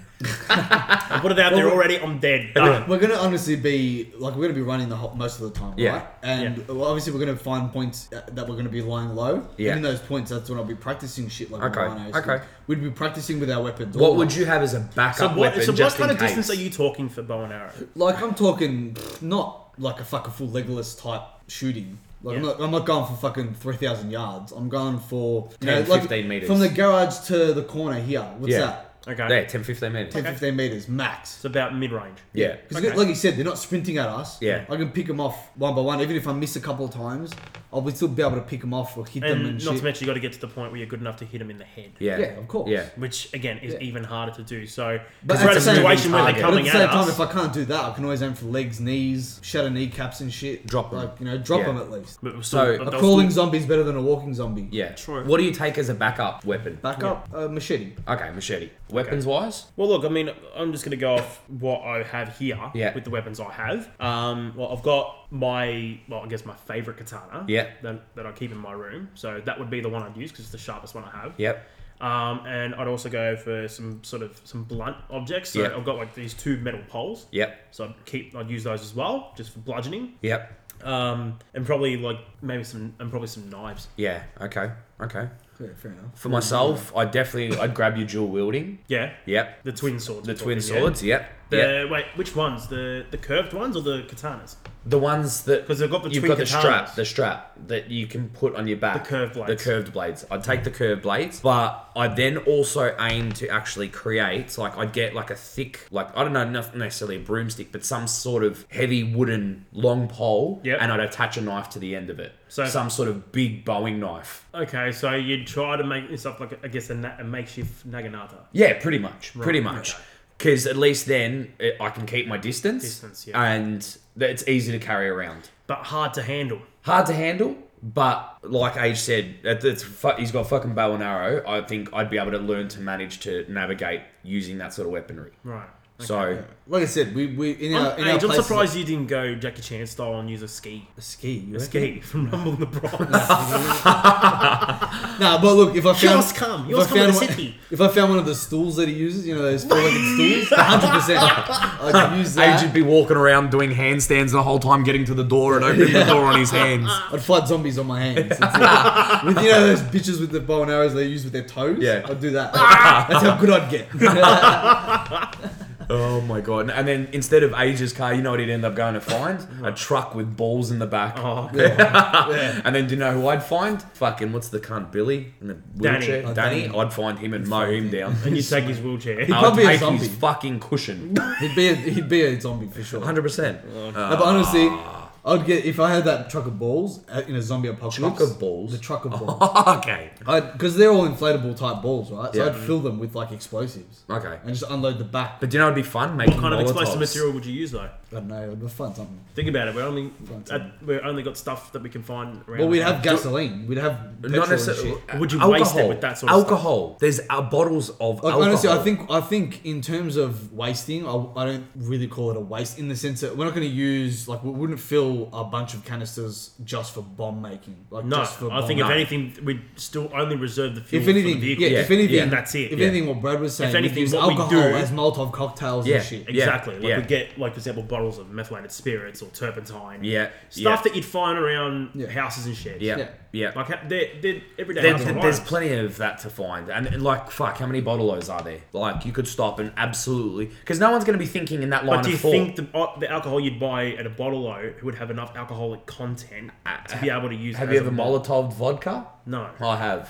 S1: I put it out there
S3: Well, we-
S1: already, I'm dead. Done.
S3: We're gonna honestly be like we're gonna be running the whole, most of the time,
S2: Yeah.
S3: right? And uh, well, obviously we're gonna find points that that we're gonna be lying low.
S2: Yeah.
S3: And in those points, that's when I'll be practicing shit like
S2: Okay,
S3: rhinos.
S2: okay.
S3: We'd be practicing with our weapons. all
S2: What would
S3: night.
S2: you have as a backup
S1: So what,
S2: weapon?
S1: so what
S2: just
S1: kind
S2: in
S1: of distance
S2: case?
S1: are you talking for bow and arrow?
S3: Like I'm talking pff, not like a fucking full legless type shooting. Like I'm,
S1: Yeah.
S3: not, I'm not going for fucking three thousand yards. I'm going for you
S2: 10,
S3: know, like
S2: 15 meters.
S3: from the garage to the corner here. What's
S2: Yeah.
S3: that?
S1: Okay.
S2: Yeah, 10, 15 minutes.
S3: 10, 15 meters max.
S1: It's about mid range.
S2: Yeah.
S3: Because
S1: Okay.
S3: like you said, they're not sprinting at us.
S2: Yeah.
S3: I can pick them off one by one. Even if I miss a couple of times, I'll be still be able to pick them off or hit them
S1: And
S3: and
S1: not
S3: shit.
S1: to mention, you got to get to the point where you're good enough to hit them in the head.
S2: Yeah.
S3: Yeah, of course.
S2: Yeah.
S1: Which, again, is
S3: Yeah.
S1: even harder to do. So,
S3: But
S1: because we're
S3: at
S1: in a
S3: the same
S1: situation where they're
S2: target.
S3: but at
S1: coming
S3: the
S1: at
S3: same time,
S1: us.
S3: if I can't do that, I can always aim for legs, knees, shatter kneecaps and shit.
S2: Drop 'em.
S3: Like, you know, drop
S2: Yeah.
S3: them at least.
S1: But we're
S2: So,
S1: still,
S3: A
S1: but they'll
S3: crawling
S1: still-
S3: zombie's better than a walking zombie.
S2: Yeah.
S1: True.
S2: What do you take as a backup weapon?
S3: Back up, uh, machete.
S2: Okay, machete. Weapons wise?
S1: well, look, I mean, I'm just going to go off what I have here
S2: Yeah.
S1: with the weapons I have. Um, well, I've got my, well, I guess my favorite katana
S2: Yeah.
S1: that, that I keep in my room. So that would be the one I'd use because it's the sharpest one I have.
S2: Yep.
S1: Um, and I'd also go for some sort of some blunt objects. So
S2: Yeah.
S1: I've got like these two metal poles.
S2: Yep.
S1: So I'd keep, I'd use those as well, just for bludgeoning.
S2: Yep.
S1: um, and probably like maybe some and probably some knives.
S2: Yeah. Okay. Okay.
S3: Yeah, fair enough.
S2: For myself, I definitely I'd grab your dual wielding.
S1: Yeah.
S2: Yep.
S1: The twin swords.
S2: The
S1: we're
S2: twin
S1: talking, yeah.
S2: swords. Yep.
S1: The
S2: yep.
S1: wait, which ones? The the curved ones or the katanas?
S2: The ones that
S1: 'Cause they've got the
S2: you've
S1: twin
S2: got the strap,
S1: katanas.
S2: the strap that you can put on your back.
S1: The curved
S2: The
S1: blades.
S2: curved blades. I'd take the curved blades, but I'd then also aim to actually create like I'd get like a thick, like I don't know, not necessarily a broomstick, but some sort of heavy wooden long pole,
S1: Yep.
S2: and I'd attach a knife to the end of it.
S1: So-
S2: some sort of big bowing knife.
S1: Okay, so you'd try to make yourself like I guess a, na- a makeshift naginata.
S2: Yeah, pretty much, pretty much. Because at least then it, I can keep my distance,
S1: Distance, yeah.
S2: and that it's easy to carry around.
S1: but hard to handle.
S2: Hard to handle, but like Age said, that- that's fu- he's got fucking bow and arrow. I think I'd be able to learn to manage to navigate using that sort of weaponry.
S1: Right.
S2: So
S3: Like I said, we, we in our,
S1: I'm,
S3: in our
S1: Age, I'm
S3: places-
S1: surprised you didn't go Jackie Chan style and use a ski.
S3: A ski. You
S1: A
S3: reckon?
S1: ski *laughs* from Rumble in the
S3: *laughs*
S1: Bronx.
S3: Nah, but look, if I found
S1: Yours come.
S3: if
S1: Yours
S3: I
S1: come to
S3: found
S1: the
S3: one,
S1: city.
S3: If I found one of the stools that he uses, you know those four-legged stools, hundred percent. I could
S1: *laughs*
S3: use
S2: Age
S3: that.
S2: would be walking around doing handstands the whole time, getting to the door and opening the door
S3: *laughs*
S2: on his hands.
S3: I'd fight zombies on my hands. That's it. with you know those bitches with the bow and arrows they use with their toes.
S2: Yeah.
S3: I'd
S1: *laughs*
S3: do that. That's how good I'd get. *laughs*
S2: Oh my god! And then instead of Age's car, you know what he'd end up going to find? A truck with balls in the back. *laughs*
S1: oh,
S3: yeah.
S2: And then do you know who I'd find? Fucking what's the cunt Billy in the
S1: Danny.
S2: wheelchair?
S1: Oh,
S2: Danny.
S3: Danny.
S2: I'd find him and mow him down.
S3: *laughs*
S1: and you take his wheelchair.
S2: I'd
S3: probably a
S2: take
S3: zombie.
S2: his fucking cushion.
S3: He'd be a, he'd be a zombie for sure.
S2: Hundred percent.
S3: No, but honestly, I'd get if I had that truck of balls uh, in a zombie apocalypse.
S2: Truck of balls?
S3: The truck of balls.
S2: *laughs* Okay.
S3: Because they're all inflatable type balls, right? So
S2: Yeah.
S3: I'd fill them with like explosives.
S2: Okay.
S3: And just unload the back.
S2: But do you know it'd be fun making
S1: What kind of
S2: Molotovs?
S1: explosive material would you use though?
S3: I don't know. It'd be fun something.
S1: Think about it. We're only
S3: Find
S1: at, we're only got stuff that we can find around.
S3: Well, we'd
S1: us.
S3: have gasoline. We'd have
S2: Not
S3: petrol
S2: uh,
S3: and
S2: necessarily.
S3: shit.
S1: Would you
S2: alcohol.
S1: waste it with that sort of stuff?
S2: alcohol? There's uh, bottles of
S3: Like
S2: alcohol.
S3: honestly, I think I think in terms of wasting, I, I don't really call it a waste in the sense that we're not going to use like we wouldn't fill a bunch of canisters just for bomb making. Like
S1: No,
S3: just for
S1: I
S3: bomb
S1: think if
S2: No.
S1: anything, we'd still only reserve the fuel
S3: if anything,
S1: for the vehicle.
S3: yeah, if anything,
S2: Yeah,
S1: and that's it.
S3: If
S1: Yeah.
S3: anything, what Brad was saying,
S1: If
S3: we'd
S1: anything,
S3: use
S1: what we
S3: alcohol
S1: do-
S3: as Molotov cocktails
S2: Yeah.
S3: and shit.
S2: Yeah,
S1: Exactly. Like
S2: yeah.
S1: we get, like for example, bottles of methylated spirits or turpentine.
S2: Yeah,
S1: Stuff
S2: yeah.
S1: that you'd find around
S3: Yeah.
S1: houses and sheds.
S2: Yeah.
S3: Yeah.
S2: Yeah.
S1: Like ha- they're, they're everyday
S2: There-
S1: household
S2: there's
S1: items.
S2: plenty of that to find, and, and like fuck, how many bottle-os are there? Like you could stop and absolutely, because no one's going to be thinking in that line
S1: But do
S2: of
S1: you
S2: thought.
S1: think the, uh, the alcohol you'd buy at a bottle o would have enough alcoholic content to be able to use?
S2: Uh, Have
S1: it
S2: you
S1: as
S2: ever
S1: a-
S2: Molotov vodka?
S1: No.
S2: I have.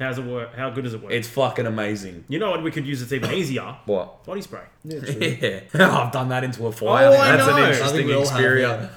S1: How's it work? How good does it work?
S2: It's fucking amazing.
S1: you know what? We could use it's even
S2: *laughs*
S1: easier.
S2: What?
S1: Body spray.
S2: *laughs* Yeah. I've done that into a fire.
S1: Oh, I
S2: That's
S1: know.
S2: an
S1: I
S3: I
S2: interesting
S3: think we all have,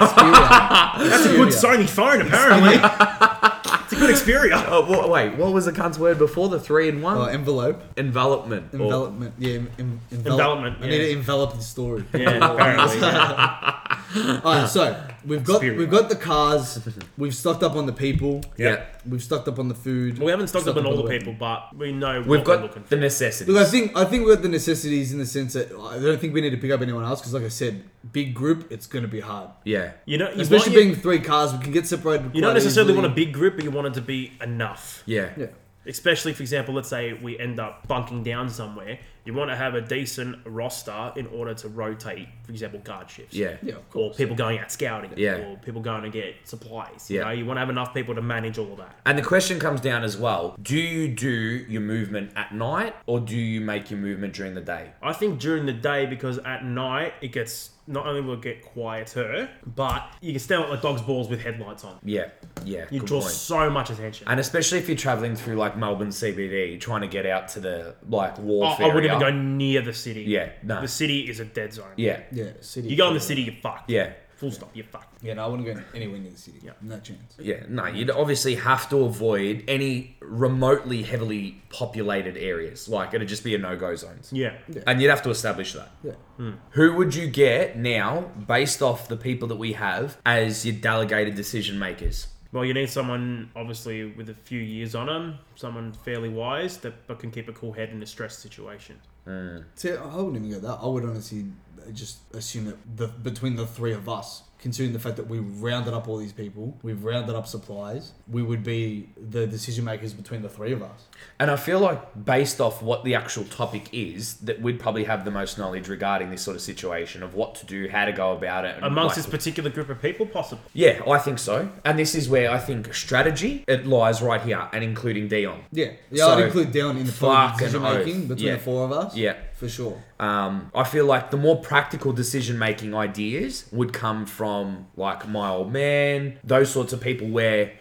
S1: Xperia.
S3: yeah.
S1: *laughs* That's a good Sony phone,
S3: *laughs*
S1: apparently. it's a good Xperia.
S2: Oh, wha- wait, what was the cunt's word before the three in one?
S3: Oh, envelope,
S2: Envelopment. or-
S3: envelopment, yeah, em- em- envelop.
S1: Envelopment,
S3: I need
S1: yeah.
S3: to envelop the story. *laughs*
S1: Yeah, *laughs* apparently. yeah.
S3: All right, so we've got
S1: Spirit.
S3: we've got the cars, we've stocked up on the people,
S2: yeah.
S3: we've stocked up on the food.
S1: We haven't stocked up on all the people,
S3: weapons.
S1: but we know
S2: We've
S1: what we're looking
S2: got
S1: for.
S2: the necessities.
S3: Look, I think I think we've got the necessities in the sense that I don't think we need to pick up anyone else because, like I said, big group, it's going to be hard.
S2: yeah.
S1: You know, you
S3: Especially
S1: want-
S3: being three cars, we can get separated.
S1: You don't necessarily want a big group, but you want it to be enough.
S2: Yeah.
S3: Yeah,
S1: Especially, for example, let's say we end up bunking down somewhere. You want to have a decent roster in order to rotate, for example, guard shifts.
S2: Yeah.
S3: yeah, of
S1: Or
S3: course.
S1: people going out scouting.
S2: Yeah.
S1: Or people going to get supplies. You
S2: Yeah.
S1: know, you want to have enough people to manage all of that.
S2: And the question comes down as well do you do your movement at night or do you make your movement during the day?
S1: I think during the day, because at night it gets not only will it get quieter, but you can stand like dog's balls with headlights on.
S2: Yeah. Yeah.
S1: You
S2: good
S1: draw
S2: point.
S1: so much attention.
S2: And especially if you're traveling through like Melbourne CBD, trying to get out to the like
S1: I,
S2: wharf
S1: I wouldn't
S2: area.
S1: even go near the city.
S2: Yeah, no.
S1: The city is a dead zone.
S2: Yeah,
S3: Yeah, city.
S1: You go in the city, you're fucked.
S2: yeah,
S1: Full stop, you're fucked.
S3: Yeah, no, I wouldn't go anywhere near the city.
S1: Yeah.
S3: no chance.
S2: yeah. No, you'd obviously have to avoid any remotely heavily populated areas. Like it'd just be a no-go zones.
S1: Yeah.
S2: And you'd have to establish that.
S3: Yeah.
S2: Who would you get now, based off the people that we have, as your delegated decision makers?
S1: Well, you need someone, obviously, with a few years on them, someone fairly wise that but can keep a cool head in a stress situation.
S3: See, I wouldn't even go that. I would honestly just assume that the, between the three of us considering the fact that we rounded up all these people, we've rounded up supplies, we would be the decision makers between the three of us.
S2: And I feel like, based off what the actual topic is, that we'd probably have the most knowledge regarding this sort of situation of what to do, how to go about it. And
S1: amongst this
S2: like-
S1: particular group of people, possible.
S2: yeah, I think so. And this is where I think strategy, it lies right here, and including Dion.
S3: Yeah, yeah,
S2: So,
S3: I'd include down in the
S2: fucking
S3: decision making
S2: oath.
S3: between
S2: Yeah.
S3: the four of us.
S2: Yeah.
S3: for sure.
S2: Um, I feel like the more practical decision making ideas would come from like my old man, those sorts of people where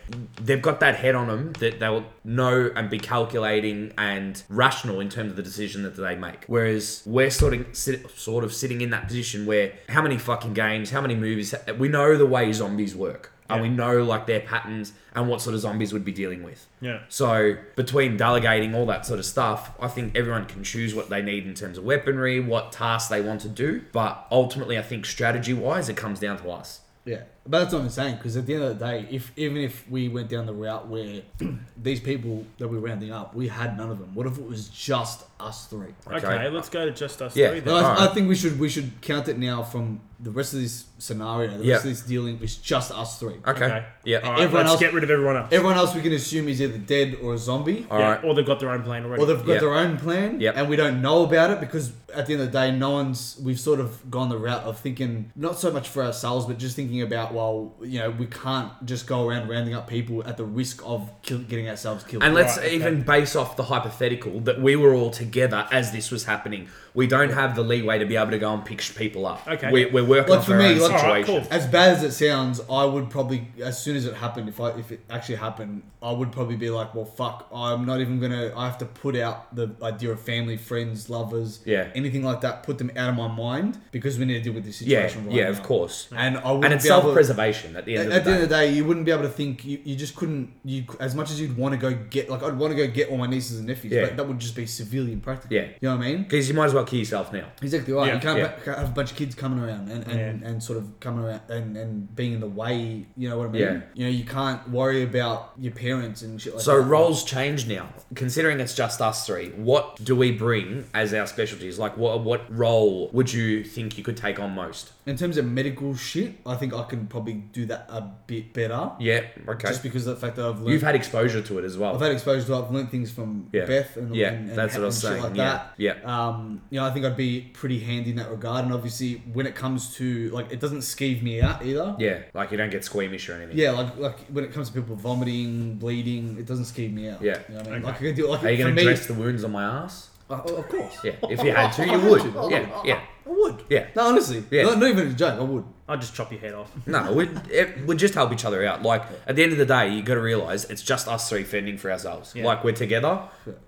S2: they've got that head on them that they'll know and be calculating and rational in terms of the decision that they make. Whereas we're sort of sit, sort of sitting in that position where how many fucking games, how many movies, we know the way zombies work. And we know like their patterns and what sort of zombies we'd be dealing with.
S1: Yeah.
S2: So between delegating all that sort of stuff, I think everyone can choose what they need in terms of weaponry, what tasks they want to do. But ultimately, I think strategy wise, it comes down to us.
S3: Yeah, but that's what I'm saying. Because at the end of the day, if even if we went down the route where *clears throat* these people that we're rounding up, we had none of them. What if it was just us three?
S1: Okay,
S2: Okay.
S1: let's go to just us
S2: Yeah.
S1: three then.
S3: No, I,
S2: Alright.
S3: I think we should we should count it now from the rest of this scenario. The
S2: Yeah.
S3: rest of this dealing is just us three.
S2: Okay. Yeah.
S1: All
S2: All
S1: right,
S2: right.
S3: Everyone
S1: let's
S3: else-
S1: get rid of everyone else.
S3: Everyone else we can assume is either dead or a zombie,
S1: yeah, Or they've got their own plan already.
S3: or they've got
S2: Yeah.
S3: their own plan,
S2: Yep.
S3: and we don't know about it because at the end of the day, no one's. We've sort of gone the route of thinking not so much for ourselves, but just thinking about well, you know, we can't just go around rounding up people at the risk of kill, getting ourselves killed.
S2: And let's
S1: Right, okay.
S2: even base off the hypothetical that we were all together as this was happening. We don't have the leeway to be able to go and pick sh- people up.
S1: Okay.
S2: We're, we're working
S3: Like
S2: off
S3: for
S2: our
S3: me,
S2: own
S3: like- Alright,
S2: situation.
S1: cool.
S3: as bad as it sounds, I would probably, as soon as it happened, if I if it actually happened, I would probably be like, well, fuck, I'm not even gonna. I have to put out the idea of family, friends, lovers,
S2: Yeah.
S3: anything like that. Put them out of my mind because we need to deal with this
S2: Yeah.
S3: situation. right
S2: Yeah.
S3: now.
S2: Of course.
S3: And I would
S2: And it's self preservation at the end
S3: at
S2: of the
S3: the
S2: day.
S3: end of the day, you wouldn't be able to think. You, you just couldn't. You as much as you'd want to go get like I'd want to go get all my nieces and nephews,
S2: Yeah.
S3: but that would just be severely impractical.
S2: Yeah.
S3: you know what I mean.
S2: Because you might as well kill yourself now.
S3: Exactly right.
S1: Yeah.
S3: You can't,
S2: Yeah.
S3: ba- can't have a bunch of kids coming around and, and,
S1: Yeah.
S3: and sort of coming around and, and being in the way. You know what I mean?
S2: Yeah.
S3: You know, you can't worry about your parents and shit like
S2: So
S3: that.
S2: roles change now. Considering it's just us three, what do we bring as our specialties? Like, what what role would you think you could take on most?
S3: In terms of medical shit, I think I can probably do that a bit better.
S2: Yeah. Okay.
S3: Just because of the fact that I've learned.
S2: You've had exposure to it as well.
S3: I've had exposure to it. I've learned things from
S2: Yeah.
S3: Beth and
S2: Yeah,
S3: and, and
S2: that's what I was
S3: and shit
S2: saying,
S3: Like
S2: yeah,
S3: that.
S2: yeah.
S3: Um, you know, I think I'd be pretty handy in that regard. And obviously, when it comes to like, it doesn't skeeve me out either.
S2: yeah. Like you don't get squeamish or anything.
S3: Yeah, like like when it comes to people vomiting, bleeding, it doesn't skeeve me out.
S2: Yeah.
S3: you know what I mean,
S1: Okay.
S3: like I can do like
S2: Are you
S3: for
S2: going to
S3: me,
S2: dress the wounds on my ass?
S3: uh, of course,
S2: Yeah. If you had to,
S3: I
S2: you
S3: had
S2: would.
S3: to.
S2: Yeah. Yeah.
S3: I would.
S2: Yeah.
S3: no, honestly,
S2: Yeah.
S3: not, not even a joke. I would.
S1: I'll just chop your head off.
S2: No, we'd, it, we'd just help each other out. Like, at the end of the day, you got to realize it's just us three fending for ourselves.
S1: Yeah.
S2: Like, we're together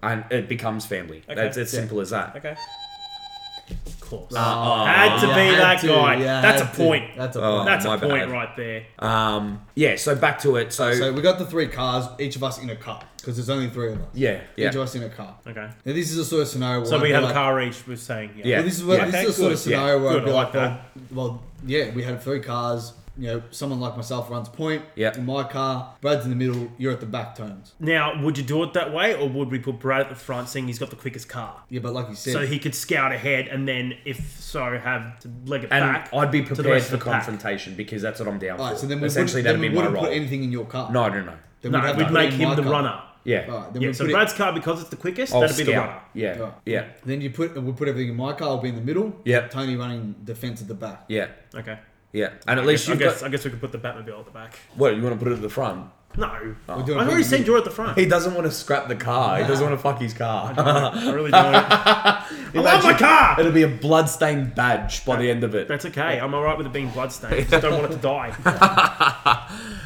S2: and it becomes family.
S1: Okay.
S2: It's as
S3: Yeah.
S2: simple as that.
S1: Okay. Of course.
S2: Uh,
S3: Oh,
S1: had to
S3: yeah,
S1: be
S3: had
S1: that
S3: to,
S1: guy.
S3: yeah,
S1: That's a
S3: had to.
S1: point.
S3: That's a
S2: Oh.
S3: point.
S1: That's a
S2: my
S1: point
S2: bad.
S1: right there.
S2: Um, yeah, so back to it. So,
S3: So we got the three cars, each of us in a car, because there's only three of us.
S2: yeah. Yeah.
S3: Each of us in a car.
S1: Okay.
S3: Now this is a sort of scenario. Where
S1: So
S3: I'd
S1: we
S3: be
S1: have
S3: like,
S1: a car each. We're saying yeah.
S2: Yeah.
S3: Well, this is where, this
S1: Okay,
S3: is a sort of
S1: good. Yeah,
S3: scenario where
S1: good,
S3: I'd be
S1: I like
S3: like,
S1: that.
S3: well, well, yeah, we had three cars. You know, someone like myself runs point.
S2: Yep.
S3: In my car, Brad's in the middle. You're at the back tones.
S1: Now, would you do it that way, or would we put Brad at the front, seeing he's got the quickest car,
S3: Yeah, but like you said,
S1: so he could scout ahead, and then if so, have to leg it
S2: And
S1: back.
S2: I'd be
S1: to the
S2: prepared
S1: rest
S2: for
S1: of the pack.
S2: confrontation because that's what I'm down
S3: All right,
S2: for.
S3: so then we
S2: Essentially,
S3: essentially
S2: that'd
S3: wouldn't,
S2: be
S3: then we
S2: my
S3: wouldn't
S2: role.
S3: put anything in your car.
S2: no, I don't know.
S3: Then
S1: No,
S3: have to
S1: we'd
S3: put it
S1: make
S3: in
S1: him
S3: my
S1: the
S3: car.
S1: runner.
S2: Yeah.
S3: All right, then
S1: Yeah.
S3: we'd
S1: So
S3: put
S1: Brad's car, because it's the quickest,
S2: I'll
S1: that'd be the
S2: scout.
S1: runner.
S3: it,
S2: Yeah.
S3: All right.
S2: Yeah.
S3: Then you put we put everything in my car. I'll be in the middle.
S2: Yep.
S3: Tony running defense at the back.
S2: Yeah.
S1: Okay.
S2: Yeah. And at least
S1: I
S2: you've
S1: guess
S2: got.
S1: I guess we could put the Batmobile at the back.
S2: What, you want to put it at the front?
S1: No,
S3: We're
S1: I've
S3: doing
S1: already
S3: pretty
S1: said
S3: good.
S1: you're at the front.
S2: *laughs* He doesn't want to scrap the car. He doesn't want to fuck his car.
S1: I really don't. I love my
S2: *laughs* Imagine-
S1: car.
S2: It'll be a bloodstained badge by the end of it.
S1: That's okay. I'm alright with it being bloodstained. Just don't want it to die.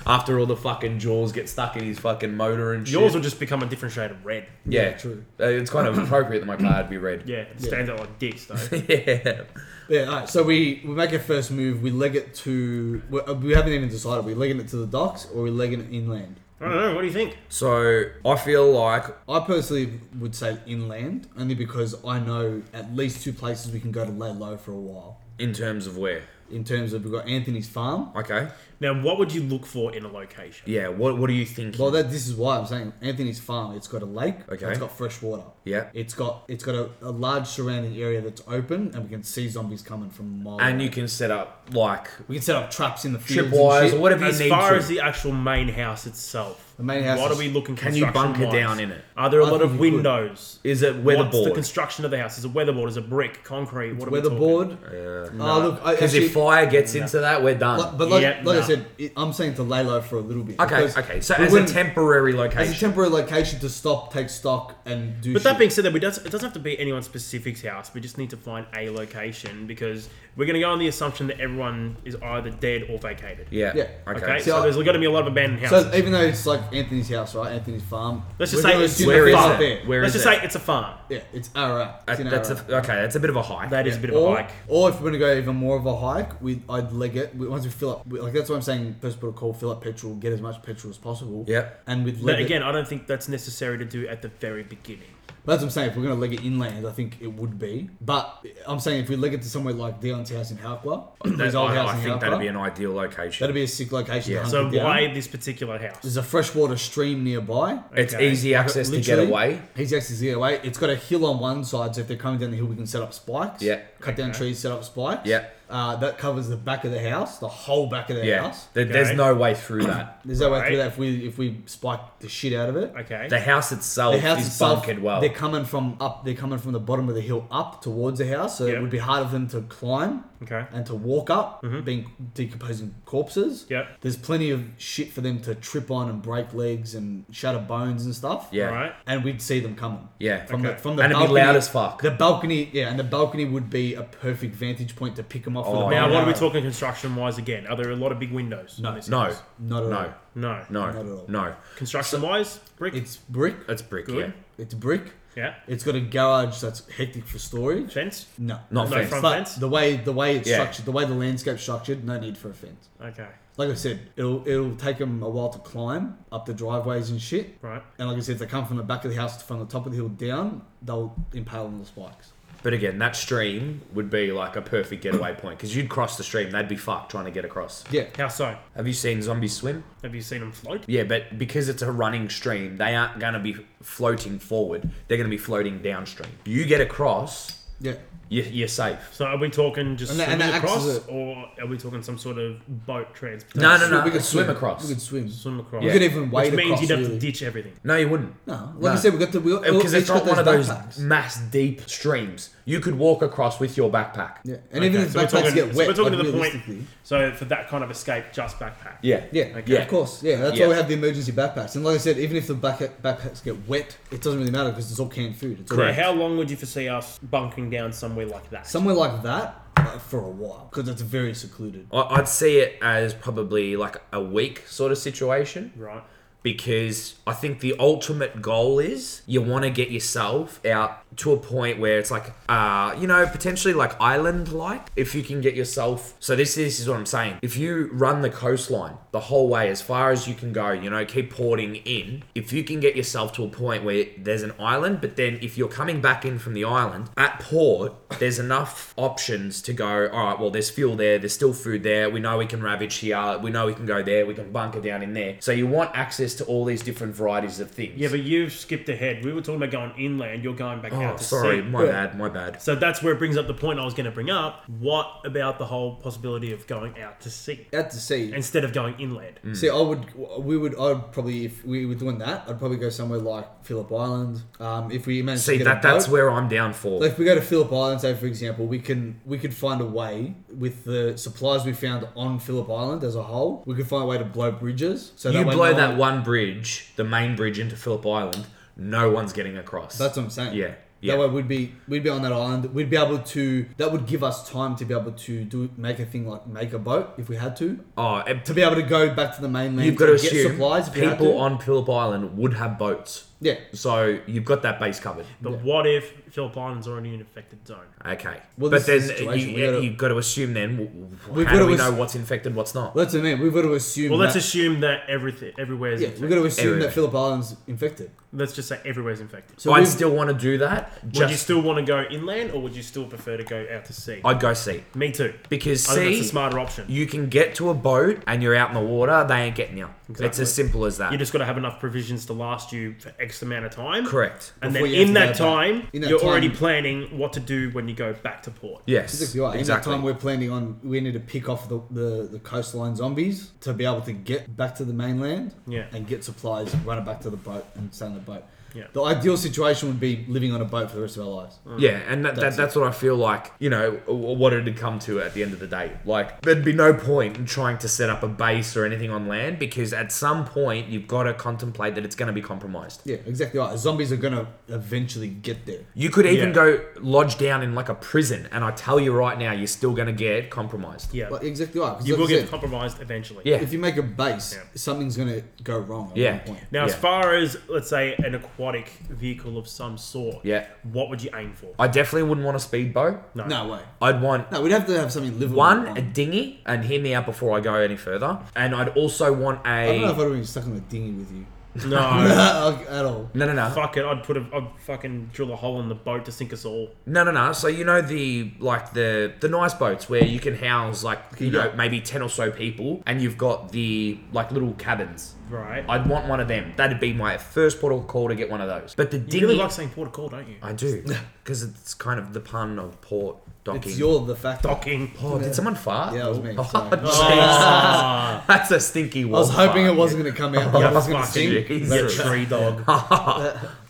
S2: After all the fucking jaws get stuck in his fucking motor and shit.
S1: Yours will just become a different shade of red.
S2: yeah.
S3: Yeah, true.
S2: Uh, it's kind of appropriate that my card be red.
S1: Yeah, it stands out like dicks though.
S2: *laughs* yeah.
S3: Yeah. All right. So we we make our first move. We leg it to. We, uh, we haven't even decided. We legging it to the docks or we legging it inland.
S1: I don't know. What do you think?
S2: So I feel like
S3: I personally would say inland only because I know at least two places we can go to lay low for a while.
S2: in terms of where
S3: in terms of we've got Anthony's farm.
S2: Okay.
S1: Now, what would you look for in a location?
S2: Yeah. What What do you think?
S3: Well, that this is why I'm saying Anthony's farm. It's got a lake.
S2: Okay.
S3: It's got fresh water.
S2: Yeah.
S3: It's got it's got a, a large surrounding area that's open, and we can see zombies coming from miles.
S2: and you can set up like
S3: we can set up traps in the fields.
S2: tripwires or
S3: What?
S2: whatever you
S1: As
S2: need
S1: far
S2: to.
S1: as the actual main house itself,
S3: The main house
S1: What
S3: is-
S1: are we looking?
S2: Can you bunker
S1: construction-wise?
S2: down in it?
S1: Are there a
S3: I
S1: lot of
S3: think you could.
S1: windows?
S2: is it
S1: What's the
S2: weatherboard?
S1: construction of the house? Is it weatherboard? Is it brick, concrete? What are we talking?
S3: Weatherboard.
S2: Because
S3: Oh, look, I, actually,
S2: if fire gets into that, we're done.
S3: Like- but like,
S1: Yeah,
S3: like
S1: nah.
S3: I said, it, I'm saying to lay low for a little bit.
S2: okay.
S3: because
S2: Okay. So
S3: we
S2: as a
S3: wouldn't-
S2: temporary
S3: as a
S2: location.
S3: temporary location to stop, take stock, and do.
S1: But that
S3: shit.
S1: being said, that we don't, it doesn't have to be anyone specific's house. We just need to find a location because we're going to go on the assumption that everyone is either dead or vacated.
S2: yeah.
S3: Yeah.
S2: Okay.
S1: Okay.
S3: So-
S1: so, there's going to be a lot of abandoned houses.
S3: So even though it's like Anthony's house, right? Anthony's farm.
S1: Let's just
S3: we're
S1: say
S3: gonna
S1: it's-
S3: assume
S2: Where
S3: the
S2: is
S3: farm
S2: it?
S3: there.
S2: Where
S1: Let's
S2: is
S1: just
S2: it?
S1: say it's a farm.
S3: Yeah, it's Ararat. It's
S2: That-
S3: in
S2: that's a,
S3: Ararat.
S2: okay. That's a bit of a hike.
S1: That is a bit of
S3: or,
S1: a hike.
S3: or if we're gonna go even more of a hike, we I'd leg it. We, once we fill up, we, like that's what I'm saying. First put a call, fill up petrol, get as much petrol as possible.
S2: Yep.
S3: And with leg
S1: But
S3: again,
S1: again, I don't think that's necessary to do at the very beginning.
S3: but that's what I'm saying. If we're gonna leg it inland, I think it would be. But I'm saying if we leg it to somewhere like Dion's house in *clears throat* Halkwa, his
S2: That-
S3: old
S2: I,
S3: house
S2: I
S3: in
S2: think
S3: Halkwa,
S2: that'd be an ideal location.
S3: that'd be a sick location.
S2: Yeah.
S3: To
S1: So
S3: hunt it down.
S1: why this particular house?
S3: There's a freshwater stream nearby.
S2: it's
S1: Okay.
S2: easy access to get
S3: Literally,
S2: away.
S3: He's actually the other way. It's got a hill on one side, so if they're coming down the hill, we can set up spikes.
S2: Yeah.
S3: Cut down
S1: Okay.
S3: trees, set up spikes.
S2: Yeah.
S3: Uh, that covers the back of the house, the whole back of the
S2: Yeah.
S3: house.
S2: There- There's
S1: Okay.
S2: no way through that.
S3: There's no way through
S1: Right.
S3: that if we if we spike the shit out of it.
S1: Okay.
S2: The house itself
S3: The house
S2: is
S3: itself,
S2: bunkered well.
S3: they're coming from up. They're coming from the bottom of the hill up towards the house, so
S1: Yeah.
S3: it would be hard for them to climb
S1: Okay.
S3: and to walk up,
S2: Mm-hmm.
S3: being decomposing corpses.
S1: Yep.
S3: There's plenty of shit for them to trip on and break legs and shatter bones and stuff.
S2: Yeah.
S1: Alright.
S3: and we'd see them coming.
S2: Yeah.
S3: from the
S1: Okay.
S3: from the
S2: And it'd be
S3: balcony,
S2: loud as fuck.
S3: The balcony, yeah, and the balcony would be a perfect vantage point to pick them off.
S2: Oh,
S3: with
S1: Now,
S3: a bow and
S1: what are we
S3: arrow.
S1: talking construction wise again? Are there a lot of big windows? in
S3: No.
S1: this
S2: No.
S1: house?
S3: Not at all.
S2: No.
S1: No.
S2: No.
S3: Not at all.
S2: No.
S1: Construction wise, brick.
S3: It's brick.
S2: That's brick.
S1: Good.
S2: Yeah.
S3: It's brick.
S1: yeah.
S3: It's got a garage that's hectic for storage.
S1: Fence.
S3: No,
S2: Not
S1: No
S2: fenced.
S1: front
S3: but
S1: fence.
S3: the way the way it's
S2: Yeah.
S3: structured, the way the landscape's structured, no need for a fence.
S1: Okay.
S3: Like I said, it'll it'll take them a while to climb up the driveways and shit.
S1: Right.
S3: And like I said, if they come from the back of the house, from the top of the hill down, they'll impale on the spikes.
S2: But again, that stream would be like a perfect getaway point because you'd cross the stream, they'd be fucked trying to get across.
S3: Yeah,
S1: How so?
S2: Have you seen zombies swim?
S1: Have you seen them float?
S2: Yeah, but because it's a running stream, they aren't going to be floating forward. They're going to be floating downstream. You get across,
S3: yeah.
S2: you, you're safe.
S1: So are we talking just
S3: And that- and
S1: swimming
S3: that acts
S1: across,
S3: as a-
S1: or are we talking some sort of boat transport?
S2: No, no,
S3: Swim-
S2: no. We could swim, across.
S3: We could swim.
S1: Swim across.
S3: We could even wade
S1: Which means
S3: across.
S1: you'd have
S3: really.
S1: to ditch everything.
S2: No, you wouldn't.
S3: No, like I said, we got the we got,
S2: because
S3: each
S2: it's not
S3: got
S2: one of those
S3: backpacks.
S2: mass deep streams. You could walk across with your backpack.
S3: Yeah, and even if
S1: so we're
S3: backpacks
S1: talking,
S3: get
S1: so
S3: wet,
S1: we're talking
S3: like,
S1: to the
S3: realistically-
S1: point. So for that kind of escape, just backpack.
S2: Yeah.
S3: Yeah,
S1: Okay.
S3: of course. Yeah, that's
S2: Yeah.
S3: why we have the emergency backpacks. And like I said, even if the back- backpacks get wet, it doesn't really matter because it's all canned food. It's all-
S1: So how long would you foresee us bunking down somewhere like that?
S3: somewhere like that like, for a while because it's very secluded.
S2: I- I'd see it as probably like a week sort of situation.
S1: right.
S2: because I think the ultimate goal is you want to get yourself out to a point where it's like, uh, you know, potentially like island like. If you can get yourself, so this this is what I'm saying. If you run the coastline the whole way as far as you can go, you know, keep porting in. If you can get yourself to a point where there's an island, but then if you're coming back in from the island at port, there's enough options to go. All right, well, there's fuel there, there's still food there. We know we can ravage here. We know we can go there. We can bunker down in there. So you want access to all these different varieties of things.
S1: Yeah, but you've skipped ahead. We were talking about going inland. You're going back
S2: oh,
S1: out to
S2: sorry,
S1: sea.
S2: my bad, my bad.
S1: So that's where it brings up the point I was going to bring up. What about the whole possibility of going out to sea
S3: Out to sea.
S1: instead of going inland?
S3: See, I would, we would, I'd probably, if we were doing that, I'd probably go somewhere like Phillip Island. Um, if we manage to
S2: See
S3: get
S2: that
S3: a boat,
S2: that's where I'm down for.
S3: Like if we go to Phillip Island, say for example, we can we could find a way with the supplies we found on Phillip Island as a whole. We could find a way to blow bridges. So
S2: you
S3: way
S2: blow
S3: no
S2: that one
S3: one-
S2: bridge, the main bridge into Phillip Island. No one's getting across.
S3: That's what I'm saying.
S2: Yeah, yeah.
S3: That way we'd be we'd be on that island. We'd be able to. That would give us time to be able to do make a thing like make a boat if we had to.
S2: oh, and
S3: To be able to go back to the mainland.
S2: You've got to
S3: and get
S2: assume
S3: supplies. If we had
S2: people
S3: to.
S2: on Phillip Island would have boats.
S3: Yeah.
S2: So you've got that base covered.
S1: But what if Philip Island's already in an affected zone?
S2: Okay.
S3: Well,
S2: but
S3: this is
S2: then
S3: the
S2: you,
S3: situation. We gotta-
S2: you've got to assume then, w- w-
S3: We've
S2: how do
S3: gotta
S2: we
S3: ass-
S2: know what's infected, what's not?
S3: Well, that's what I mean. We've got to assume.
S1: Well, let's
S3: that,
S1: assume that everything everywhere is
S3: Yeah, we've
S1: infected.
S3: got to assume
S2: Everywhere.
S3: that Philip Island's infected.
S1: Let's just say everywhere's infected.
S3: So
S2: I'd
S3: we've-
S2: still want to do that.
S1: would
S2: Just,
S1: you still want to go inland, or would you still prefer to go out to sea?
S2: I'd go sea
S1: Me too.
S2: because
S1: I think that's
S2: sea,
S1: a smarter option.
S2: you can get to a boat and you're out in the water. They ain't getting you. It's
S1: Exactly.
S2: as simple as that.
S1: You just got to have enough provisions to last you for X amount of time.
S2: Correct.
S1: And then
S3: Before you have
S1: in
S3: to
S1: that,
S3: go back.
S1: time,
S3: In that
S1: you're already
S3: time-
S1: planning what to do when you go back to port.
S2: Yes.
S3: Exactly. Right.
S2: Exactly.
S3: In that time, we're planning on we need to pick off the, the, the coastline zombies to be able to get back to the mainland.
S1: Yeah.
S3: And get supplies, run it back to the boat, and stay on the boat.
S1: Yeah. Mm.
S3: The ideal situation would be living on a boat for the rest of our lives.
S2: Yeah, and that, that's,
S3: That's
S2: that, that's what I feel like, you know, w- what it had come to at the end of the day. Like, there'd be no point in trying to set up a base or anything on land because at some point you've got to contemplate that it's going to be compromised.
S3: Yeah, exactly right. Zombies are gonna eventually get there.
S2: You could even
S1: Yeah.
S2: go lodge down in like a prison, and I tell you right now, you're still going to get compromised.
S1: Yeah.
S3: Like, exactly right. 'cause
S1: you
S3: like
S1: will
S3: I
S1: get
S3: said,
S1: compromised eventually.
S2: Yeah.
S3: if you make a base,
S1: Yeah.
S3: something's gonna go wrong. At
S2: Yeah.
S3: One point.
S1: Now, as
S2: Yeah.
S1: far as let's say an aquatic vehicle of some sort,
S2: Yeah.
S1: what would you aim
S3: *laughs*
S1: for?
S2: I definitely wouldn't want a speedboat.
S3: No way.
S2: I'd want
S3: No, we'd have to have something livable.
S2: one,
S3: on.
S2: a dinghy, and hear me out before I go any further. And I'd also want
S3: I don't know if
S2: a.
S3: I'd have been stuck on the dinghy with you *laughs*
S1: No,
S3: Like, at all.
S2: No, no, no.
S1: fuck it. I'd put a I'd fucking drill a hole in the boat to sink us all.
S2: No, no, no. So you know the like the the nice boats where you can house like you know
S3: Yeah.
S2: maybe ten or so people, and you've got the like little cabins.
S1: Right.
S2: I'd want one of them. That'd be my first portal call to get one of those. But the
S1: you
S2: dinghy,
S1: really like saying port of call, don't you?
S2: I
S3: *laughs*
S2: do, because it's kind of the pun of port docking.
S3: It's your the fact.
S1: Docking.
S2: Oh, did someone fart?
S3: Yeah, it was me.
S2: Oh,
S3: sorry.
S1: Ah,
S2: *laughs* That's a stinky.
S3: I was hoping it wasn't going to come out. But I was going to
S1: fucking
S3: sing.
S1: you tree dog.
S2: *laughs*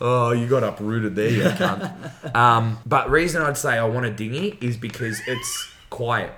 S2: Oh, you got uprooted there, you cunt. um, but reason I'd say I want a dinghy is because it's quiet.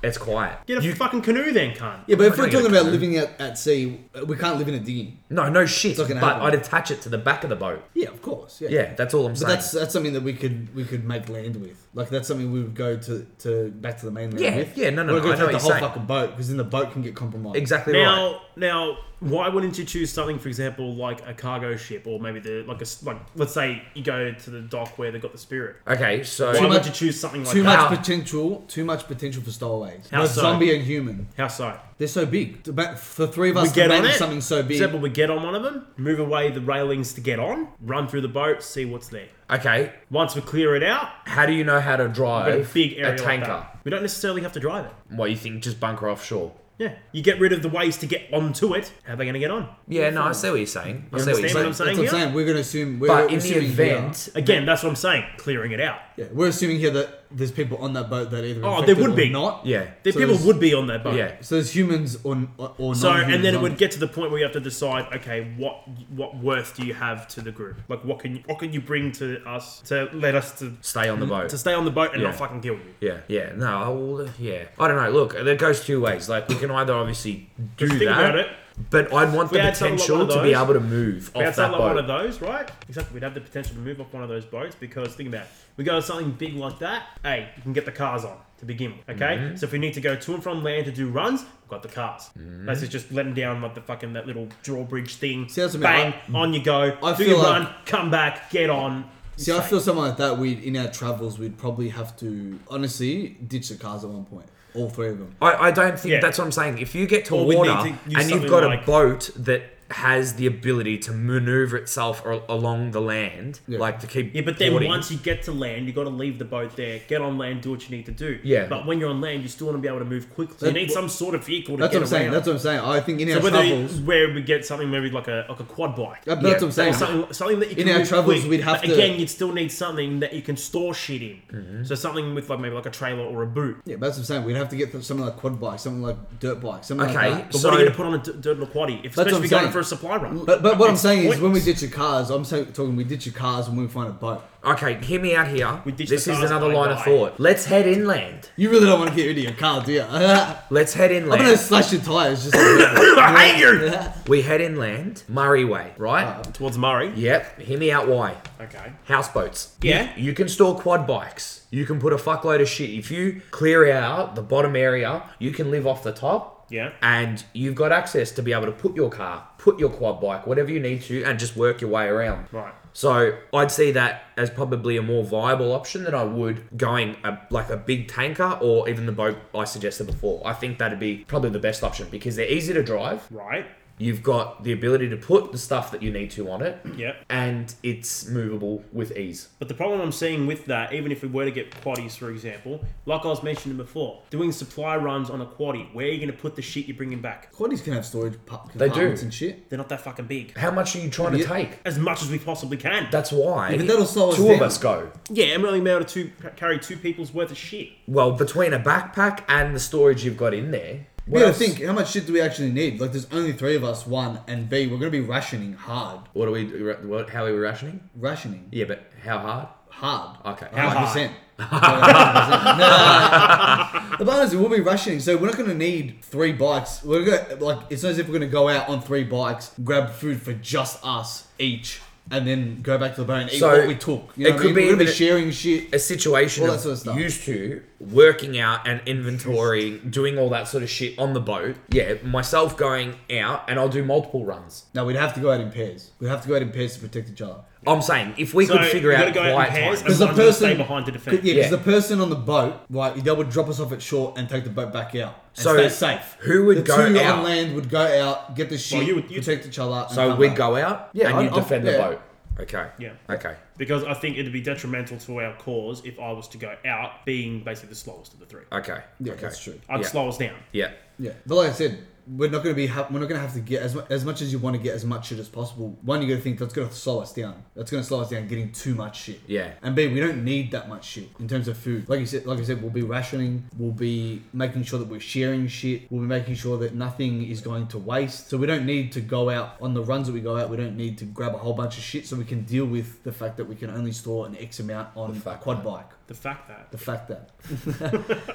S2: It's quiet.
S1: Get a fucking canoe then, cunt.
S3: Yeah, but
S2: We're not
S3: if we're
S2: gonna
S3: talking about
S2: come.
S3: living out at sea, uh, we can't live in a dinghy.
S2: No, no shit.
S3: not
S2: But
S3: gonna happen.
S2: I'd attach it to the back of the boat.
S3: Yeah, of course. Yeah.
S2: Yeah, that's all I'm
S3: But
S2: saying.
S3: that's that's something that we could we could make land with. Like that's something we would go to, to back to the mainland
S2: Yeah,
S3: with.
S2: yeah, no, no,
S3: We're
S2: no,
S3: gonna
S2: I know
S3: take the
S2: what
S3: whole
S2: you're saying.
S3: fucking boat because then the boat can get compromised.
S2: exactly
S1: Now,
S2: right.
S1: now, why wouldn't you choose something, for example, like a cargo ship, or maybe the like a s- like? Let's say you go to the dock where they got the spirit.
S2: Okay, so
S1: Why would
S3: much-
S1: you choose something like
S3: Too
S1: that?
S2: How?
S3: much potential. Too much potential for stowaways.
S1: How
S3: Both
S1: so?
S3: zombie and human.
S1: How so?
S3: They're so big. To ba- For three of
S1: We
S3: us to
S1: get on
S3: manage
S1: it.
S3: something so
S1: For
S3: big.
S1: example, we get on one of them, move away the railings to get on, run through the boat, see what's there.
S2: okay,
S1: Once we clear it out,
S2: how do you know how to
S1: we've
S2: drive
S1: got a big area
S2: a
S1: like
S2: tanker?
S1: that. We don't necessarily have to drive it.
S2: What you think? Just bunker offshore.
S1: Yeah, you get rid of the ways to get onto it. How are they going to get on?
S2: Yeah, no, I see what you're saying. I see what you're
S1: understand what I'm
S2: saying.
S1: saying
S3: That's what I'm
S1: here?
S3: saying. We're going to assume. We're,
S2: But in the
S3: assuming here-
S2: event,
S1: Again, that's what I'm saying. Clearing it out.
S3: yeah, we're assuming here that there's people on that boat that either.
S1: Oh,
S3: infected
S1: there would
S3: or
S1: be.
S3: not.
S2: yeah,
S1: The
S3: So
S1: people
S3: there's-
S1: would be on that boat.
S2: yeah,
S3: So there's humans or or
S1: So,
S3: non-human
S1: and then it would
S3: zombies.
S1: get to the point where you have to decide, okay, what what worth do you have to the group? Like, what can you, what can you bring to us to let us to
S2: stay
S3: Mm,
S2: on the boat.
S1: to stay on the boat and
S2: Yeah.
S1: not fucking kill you?
S2: Yeah, yeah, no, I will, yeah. I don't know. Look, it goes two ways. Like we can either obviously do
S1: Just think
S2: that,
S1: about it.
S2: but I'd want
S1: We
S2: the
S1: had something like
S2: potential
S1: one of
S2: to be
S1: those.
S2: able to move
S1: We
S2: off
S1: had
S2: that
S1: something like
S2: boat.
S1: one of those, right? Exactly. We'd have the potential to move off one of those boats because think about it. We go to something big like that. Hey, you can get the cars on to begin with. Okay,
S2: Mm-hmm.
S1: so if we need to go to and from land to do runs, we've got the cars.
S2: Mm-hmm.
S1: That's just just letting down like the fucking that little drawbridge thing.
S3: See, that's what I
S1: Bang
S3: mean.
S1: on you go.
S3: I
S1: do
S3: feel
S1: your
S3: like-
S1: run, come back, get on.
S3: See, I
S1: Safe.
S3: feel something like that. We would in our travels, we'd probably have to honestly ditch the cars at one point. All three of them.
S2: I, I don't think
S1: Yeah.
S2: that's what I'm saying. If you get to
S1: Or we need
S2: water
S1: to use
S2: and you've
S1: something
S2: got a
S1: like-
S2: boat that has the ability to maneuver itself or, along the land,
S3: Yeah.
S2: like to keep
S1: Yeah, but then
S2: boarding-
S1: once you get to land, you got to leave the boat there, get on land, do what you need to do.
S2: Yeah.
S1: But when you're on land, you still want to be able to move quickly. you
S3: That-
S1: need some sort of vehicle to
S3: That's
S1: get
S3: what I'm saying.
S1: around.
S3: That's what I'm saying. I think in our
S1: so whether
S3: travels,
S1: where we get something maybe like a like a quad bike.
S3: that-
S2: Yeah,
S3: that's what I'm
S1: Or
S3: saying.
S1: something, something that you
S3: In
S1: can
S3: our
S1: move
S3: travels,
S1: quick,
S3: we'd
S1: but
S3: have to- Mm-hmm.
S1: again you'd still need something that you can store shit in so something with like maybe like a trailer or a boot
S3: yeah, that's what I'm saying. We'd have to get something like quad bike, something like dirt bike, something
S2: Okay.
S3: like that.
S1: but
S2: So-
S1: what are you going to put on a d- dirt quaddy if,
S3: what
S1: especially if
S3: I'm
S1: you're going
S3: saying.
S1: for a supply run
S3: But, but what I'm
S1: It's
S3: saying is, when we
S1: pointless.
S3: ditch your cars, I'm so- talking we ditch your cars and we find a boat.
S2: Okay, hear me out here.
S1: We ditch
S2: This
S1: the
S2: is
S1: cars
S2: another
S1: and I
S2: line
S1: die.
S2: of thought. Let's head inland.
S3: You really don't want to get rid of your car, do you? *laughs* I'm
S2: Let's head inland.
S3: gonna slash your tires
S1: *coughs* *laughs*
S3: just. Like
S2: I hate you. We head inland, Murray Way, right?
S1: towards Murray
S2: Yep. Hear me out. Why?
S1: okay
S2: Houseboats.
S1: Yeah.
S2: You, you can store quad bikes. You can put a fuckload of shit. If you clear out the bottom area, you can live off the top.
S1: Yeah.
S2: And you've got access to be able to put your car, put your quad bike, whatever you need to, and just work your way around.
S1: Right.
S2: So I'd see that as probably a more viable option than I would going a, like a big tanker or even the boat I suggested before. I think that'd be probably the best option because they're easy to drive.
S1: Right.
S2: You've got the ability to put the stuff that you need to on it.
S1: Yep.
S2: And it's movable with ease.
S1: But the problem I'm seeing with that, even if we were to get quaddies, for example, like I was mentioning before, doing supply runs on a quaddy, where are you going to put the shit you're bringing back?
S3: Quaddies can have storage pa-
S2: They do.
S3: compartments and shit.
S1: They're not that fucking big.
S2: How much are you trying to
S3: Yeah.
S2: take?
S1: As much as we possibly can.
S2: That's why
S3: but that'll slow us
S2: two of
S3: down.
S2: us go.
S1: Yeah, I'm only able to two, carry two people's worth of shit.
S2: Well, between a backpack and the storage you've got in there.
S3: We
S2: What
S3: gotta
S2: else?
S3: think, how much shit do we actually need? Like, there's only three of us, one, and B, we're gonna be rationing hard.
S2: What are we? What, how are we rationing?
S3: Rationing
S2: Yeah, but how hard?
S3: hard.
S2: Okay.
S1: How hard?
S2: *laughs*
S3: 100%. No, no, no. The problem is we'll be rationing, so we're not going to need three bikes. We're gonna, like it's not as if we're going to go out on three bikes, grab food for just us each, and then go back to the boat and eat
S2: So,
S3: what we took. You know
S2: it
S3: what I
S2: could
S3: mean?
S2: be
S3: we're going to be
S2: that-
S3: sharing shit.
S2: a situation
S3: All that
S2: of
S3: sort of stuff.
S2: used to working out and inventorying, doing all that sort of shit on the boat. Yeah, myself going out and I'll do multiple runs.
S3: No, we'd have to go out in pairs. We'd have to go out in pairs to protect each other.
S2: I'm saying if we
S1: So
S2: could figure
S1: you gotta
S2: out
S1: go out in
S2: quiet
S1: pairs
S2: time,
S1: and-
S3: Because the
S1: Someone's gonna stay
S3: person
S1: behind to defend.
S3: Yeah,
S2: Yeah.
S3: because the person on the boat, right, they would drop us off at shore and take the boat back out and
S2: So,
S3: stay safe.
S2: who would
S3: the
S2: go
S3: two
S2: out?
S3: on land would go out, get the shit,
S1: you would- you-
S3: protect each other. and
S2: so
S3: come
S2: we'd
S3: back.
S2: go out
S3: Yeah,
S2: and you
S3: I'd- I'd-
S2: defend the
S3: yeah.
S2: boat. Okay.
S1: Yeah.
S2: Okay.
S1: Because I think it'd be detrimental to our cause if I was to go out being basically the slowest of the three.
S2: Okay.
S3: Yeah,
S2: okay.
S3: that's true.
S1: I'd
S2: Yeah.
S1: slow us down.
S2: Yeah.
S3: Yeah, but like I said, we're not going to be ha- we're not going to have to get as mu- as much as you want to get as much shit as possible. One, you got to think that's going to slow us down. That's going to slow us down getting too much shit.
S2: Yeah.
S3: And B, we don't need that much shit in terms of food. Like you said, like I said, we'll be rationing. We'll be making sure that we're sharing shit. We'll be making sure that nothing is going to waste. So we don't need to go out on the runs that we go out. We don't need to grab a whole bunch of shit. So we can deal with the fact that we can only store an X amount on a
S2: fact
S3: quad
S2: that-
S3: bike.
S1: The fact that.
S3: The fact that *laughs*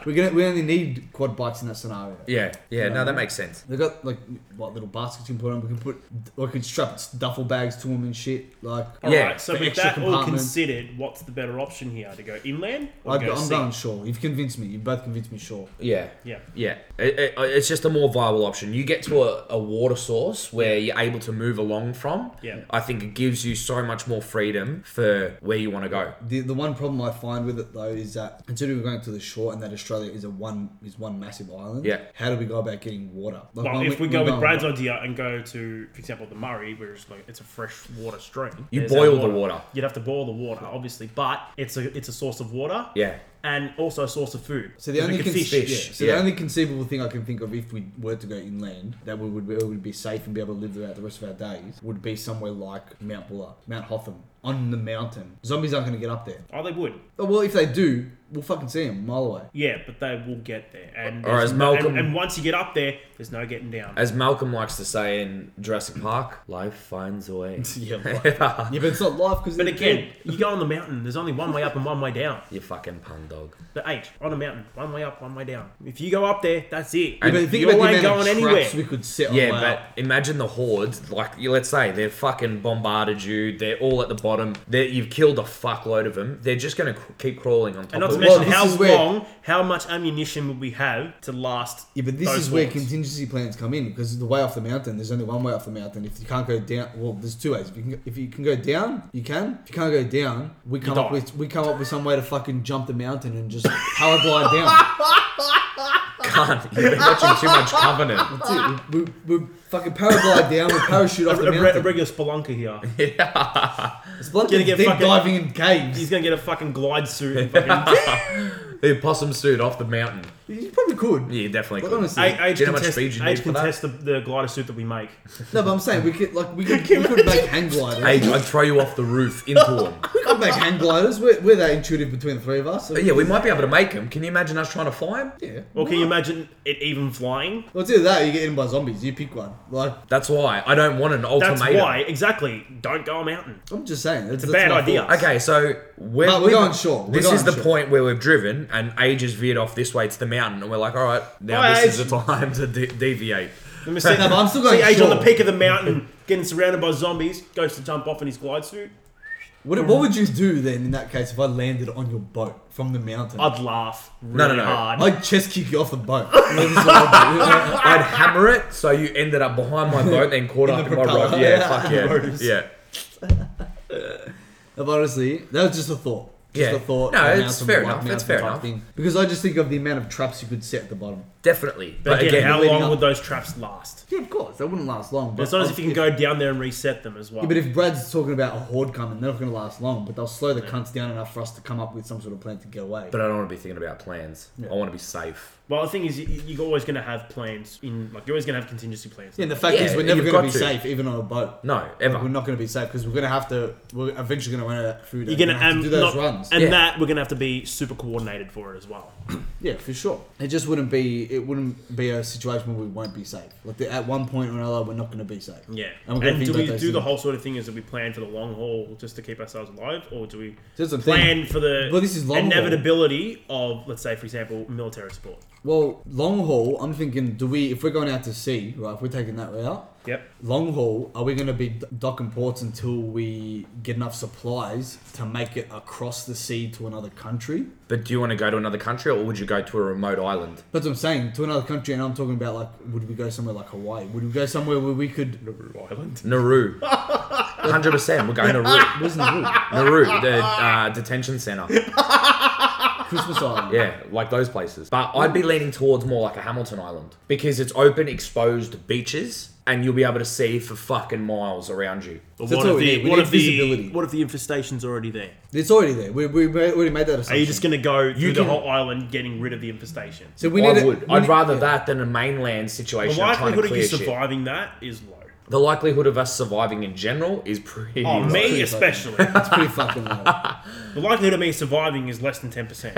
S3: we're gonna we only need quad bikes in that scenario.
S2: Yeah. Yeah. No, that makes sense.
S3: They got like what little baskets you can put on. We can put, or we can strap duffel bags to them and shit. Like,
S1: All right.
S2: Yeah,
S1: so
S3: the
S1: with
S3: extra
S1: that all
S3: compartment.
S1: considered, what's the better option here? To go inland or
S3: I'd,
S1: go
S3: I'm
S1: sea?
S3: going sure. You've convinced me. You both convinced me sure.
S2: Yeah.
S1: Yeah.
S2: Yeah, It- it- uh, it's just a more viable option. You get to a, a water source where you're able to move along from.
S1: Yeah.
S2: I think it gives you so much more freedom for where you want to go.
S3: The, the one problem I find with it though is that considering we're going to the shore and that Australia is a one is one massive island.
S2: Yeah.
S3: How do we go about getting water? Like,
S1: Well,
S3: when
S1: if we
S3: we're
S1: go with
S3: going-
S1: Brad's idea and go to, for example, the Murray, where it's like it's a fresh water stream,
S2: You
S1: there's
S2: boil
S1: our
S2: the water.
S1: You'd have to boil the water, obviously, but it's a it's a source of water.
S2: Yeah.
S1: and also a source of food.
S3: So the
S1: Because we
S3: only
S1: can
S3: con-
S1: fish.
S2: fish.
S3: yeah, so
S2: yeah.
S3: the only conceivable thing I can think of if we were to go inland that we would be, we would be safe and be able to live throughout the rest of our days would be somewhere like Mount Buller, Mount Hotham, on the mountain. Zombies aren't going to get up there.
S1: Oh, they would.
S3: Oh, well, if they do, we'll fucking see them a mile away.
S1: Yeah, but they will get there. And
S2: Or
S1: there's
S2: as
S1: no-
S2: Malcolm-
S1: and, and once you get up there, there's no getting down.
S2: As Malcolm likes to say in Jurassic Park, life finds a way.
S3: Yeah, right. *laughs* yeah,
S2: *laughs*
S3: but it's not life because.
S1: but again, you go on the mountain. There's only one way up and one way down.
S2: you fucking pun dog.
S1: The eight on a mountain, one way up, one way down. If you go up there, that's it.
S3: yeah, but think
S1: you
S3: about the
S1: ain't
S3: amount
S1: going
S3: of
S1: anywhere.
S3: traps we could set. on
S2: Yeah,
S3: the way
S2: but
S3: up.
S2: imagine the hordes. Like, you- let's say they're fucking bombarded you. They're all at the bottom. They're, you've killed a fuckload of them. They're just gonna c- keep crawling on top
S1: And not
S2: of
S1: to
S2: it.
S3: Well,
S1: mention
S3: this
S1: how
S3: is where-
S1: long, how much ammunition would we have to last?
S3: Yeah, but this
S1: those
S3: is where
S1: hordes?
S3: contingency plans come in because the way off the mountain, there's only one way off the mountain. If you can't go down, well, there's two ways. If you can, if you can go down, you can. If you can't go down, we come
S1: die.
S3: up with we come up with some way to fucking jump the mountain and just
S1: *laughs*
S3: paraglide down.
S2: Can't. You've been watching too much
S3: *laughs*
S2: Covenant.
S3: That's it. We, we, we fucking paraglide down. We parachute off
S1: a,
S3: the
S1: re- a
S3: mountain.
S1: regular spelunker
S2: *laughs*
S1: here.
S3: It's bloody
S1: Gonna get
S3: deep
S1: fucking-
S3: diving in
S1: He's
S3: caves.
S1: gonna get a fucking glide suit.
S2: *laughs*
S1: And fucking,
S2: The possum suit off the mountain.
S3: You probably could.
S2: Yeah, definitely.
S3: But
S2: could.
S3: honestly,
S1: I, age
S2: Do you know how much
S1: contest,
S2: speed you need
S1: age
S2: for that?
S1: contest the, the glider suit that we make.
S3: no, but I'm saying we could like we could, we could make hang gliders.
S2: Hey, I'd throw you off the roof into them.
S3: We could make hang gliders. We're, we're that intuitive between the three of us. So
S2: But yeah, we might be able to make them. Can you imagine us trying to fly them?
S3: yeah.
S1: Or can you imagine it even flying?
S3: Well, it's either that or you get eaten by zombies. You pick one. Like,
S2: That's why I don't want an ultimatum.
S1: That's why, exactly. Don't go a mountain.
S3: I'm just saying. It's,
S1: a bad idea.
S2: Okay, so we're,
S3: But we're
S2: we've-
S3: going short. We're
S2: This
S3: going
S2: is the
S3: short.
S2: point where we've driven and ages veered off this way to the mountain, and we're like, all right, now
S1: Bye,
S2: this
S1: Age.
S2: is the time to de- deviate.
S1: Let me see.
S3: No, but I'm still going
S1: see age on the
S3: short.
S1: peak of the mountain, getting surrounded by zombies, goes to jump off in his glide suit.
S3: What, what would you do then in that case if I landed on your boat from the mountain? I'd,
S1: I'd laugh really
S2: No, no, no.
S1: hard.
S3: chest kick you off the boat. That's what I'd *laughs* do.
S2: I'd hammer it so you ended up behind my boat, then caught
S3: *laughs* In
S2: up
S3: the
S2: in my rod.
S3: propeller.
S2: Yeah, fuck yeah,
S3: Motors.
S2: yeah.
S3: But honestly, that was just a thought. Just
S2: Yeah.
S3: a thought.
S2: No,
S3: a
S2: it's
S3: mountain,
S2: fair
S3: white
S2: enough, it's
S3: mountain
S2: fair
S3: type
S2: enough.
S3: Thing. Because I just think of the amount of traps you could set at the bottom.
S2: Definitely.
S1: But again, how
S3: leading
S1: long
S3: up-
S1: would those traps last?
S3: Yeah, of course. That wouldn't last long. But
S1: It's not as if you can go down there and reset them as well.
S3: Yeah, but if Brad's talking about a horde coming, they're not going to last long. But they'll slow the cunts down enough for us to come up with some sort of plan to get away.
S2: But I don't want to be thinking about plans.
S3: Yeah.
S2: I want to be safe.
S1: well, the thing is, you, you're always going to have plans in like you're always going to have contingency plans.
S3: yeah, and the fact
S2: Yeah,
S3: is, we're never
S2: you've
S3: going to
S2: got
S3: be
S2: to.
S3: safe, even on a boat.
S2: No,
S3: Like, we're
S2: ever.
S3: not going to be safe because we're going to have to. We're eventually going to run out of food.
S1: You're
S3: and
S1: gonna
S3: we're gonna have
S1: and
S3: to do those
S1: not-
S3: runs.
S1: and
S2: Yeah.
S1: that we're gonna have to be super coordinated for it as well.
S3: yeah, for sure. It just wouldn't be. It wouldn't be a situation where we won't be safe. Like the, at one point or another, we're not going to be safe.
S1: Yeah,
S3: And we're
S1: and,
S3: gonna think
S1: do we
S3: about those
S1: do the
S3: things.
S1: whole sort of thing is that we plan for the long haul just to keep ourselves alive, or do we
S3: That's the thing.
S1: plan for the
S3: Well, this is long haul.
S1: inevitability of let's say, for example, military support?
S3: Well, long haul. I'm thinking, do we? If we're going out to sea, right? If we're taking that route,
S1: Yep.
S3: long haul, are we going to be d- docking ports until we get enough supplies to make it across the sea to another country?
S2: But do you want to go to another country or would you go to a remote island?
S3: That's what I'm saying. To another country, and I'm talking about like, would we go somewhere like Hawaii? Would we go somewhere where we could?
S1: Island.
S2: Nauru. 100%. We're going to Nauru.
S3: *laughs* Where's Nauru?
S2: Nauru, the uh, detention center.
S3: Christmas Island.
S2: Yeah, like those places. But I'd be leaning towards more like a Hamilton Island because it's open, exposed beaches, and you'll be able to see for fucking miles around you.
S1: But
S3: That's
S1: what
S3: all
S1: if
S3: we
S1: the
S3: need. We
S1: what
S3: need
S1: if the
S3: visibility.
S1: what if the infestation's already there?
S3: It's already there. We, we, we already made that assumption.
S1: Are you just gonna go through the
S2: can-
S1: whole island getting rid of the infestation?
S3: So we
S2: I
S3: need. to-
S2: would.
S3: we
S2: I'd
S3: need-
S2: rather
S3: yeah.
S2: that than a mainland
S1: The
S2: situation. of trying
S1: likelihood
S2: to
S1: of you
S2: clear shit.
S1: surviving that is low.
S2: The likelihood of us surviving in general is pretty.
S1: Oh,
S2: low.
S1: me
S3: pretty
S1: especially.
S3: It's pretty fucking low. I'll
S1: the likelihood of me surviving is less than ten
S3: *laughs*
S1: percent.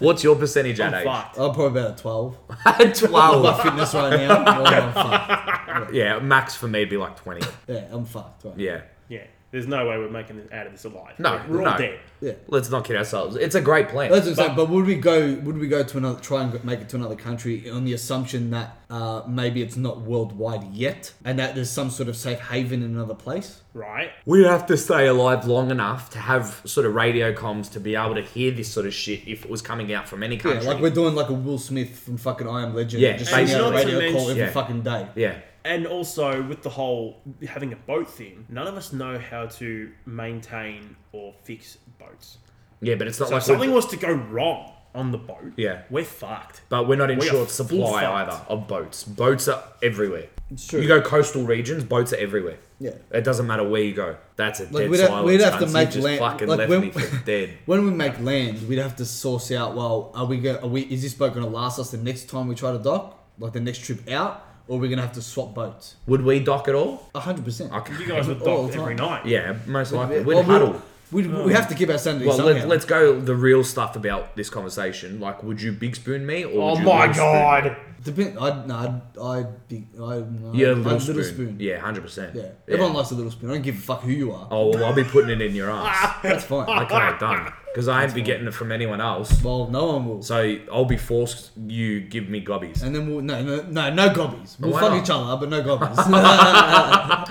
S2: What's your percentage at age?
S1: Fucked.
S3: probably about a twelve. All
S2: *laughs* Twelve.
S3: my fitness right now. Oh, I'm fucked.
S2: yeah, max for me'd be
S1: *laughs*
S2: like twenty.
S3: Yeah, I'm fucked. Right.
S2: Yeah.
S1: Yeah. There's no way we're making it out of this alive.
S2: No,
S1: We're- we're all
S2: no.
S1: dead.
S3: Yeah.
S2: Let's not kid ourselves. It's a great plan.
S3: That's what I'm saying. But would we go? Would we go to another? Try and make it to another country on the assumption that uh, maybe it's not worldwide yet, and that there's some sort of safe haven in another place.
S1: Right?
S2: We have to stay alive long enough to have sort of radio comms to be able to hear this sort of shit if it was coming out from any
S3: Yeah,
S2: country.
S3: like we're doing like a Will Smith from fucking I Am Legend.
S2: Yeah,
S3: just
S2: And
S3: sending out a
S1: not to
S3: radio call
S1: mention-
S3: every
S2: Yeah.
S3: fucking day.
S2: yeah.
S1: And also with the whole having a boat thing, none of us know how to maintain or fix boats.
S2: Yeah, but it's not
S1: So
S2: like
S1: if something
S2: something.
S1: was to go wrong on the boat,
S2: Yeah.
S1: we're fucked.
S2: But we're not in
S1: We are
S2: short
S1: full
S2: supply
S1: fucked.
S2: either of boats. Boats are everywhere.
S3: It's true.
S2: You go coastal regions, boats are everywhere.
S3: Yeah.
S2: It doesn't matter where you go. That's a
S3: Like,
S2: dead
S3: we'd have-
S2: silence.
S3: we'd have to
S2: cunts. You
S3: make
S2: just
S3: land-
S2: fucking
S3: like,
S2: left
S3: when-
S2: me for dead.
S3: When we make land, we'd have to source out. Well, are we going? Are we? Is this boat going to last us the next time we try to dock? Like the next trip out, or we're going to have to swap boats?
S2: Would we dock at all?
S3: hundred percent.
S2: Okay.
S1: You guys would
S3: *laughs* All
S1: dock
S3: the time.
S1: every night.
S2: Yeah, most likely.
S3: Well,
S2: We'd huddle. Oh.
S3: We, we, we have to keep our sanity
S2: Well,
S3: somehow.
S2: let, let's go the real stuff about this conversation. Like, would you big spoon me or?
S1: Oh
S2: would you
S1: my
S2: little spoon me?
S3: *laughs*
S1: god.
S3: Depend. I'd no. I'd. I'd be. I'd, no,
S2: Yeah,
S3: I'd
S2: little, spoon.
S3: little
S2: Yeah, hundred percent.
S3: Yeah. Everyone likes a little spoon. I don't give a fuck who you are.
S2: Oh well, I'll be putting it in your
S1: *laughs*
S2: ass.
S3: That's fine. *laughs*
S2: I can't have done because I ain't be getting it from anyone else.
S3: well, no one will.
S2: So I'll be forced. You give me gobbies.
S3: And then we'll no no no no gobbies. We'll
S2: why
S3: fuck
S2: not?
S3: each other, but no gobbies.
S1: I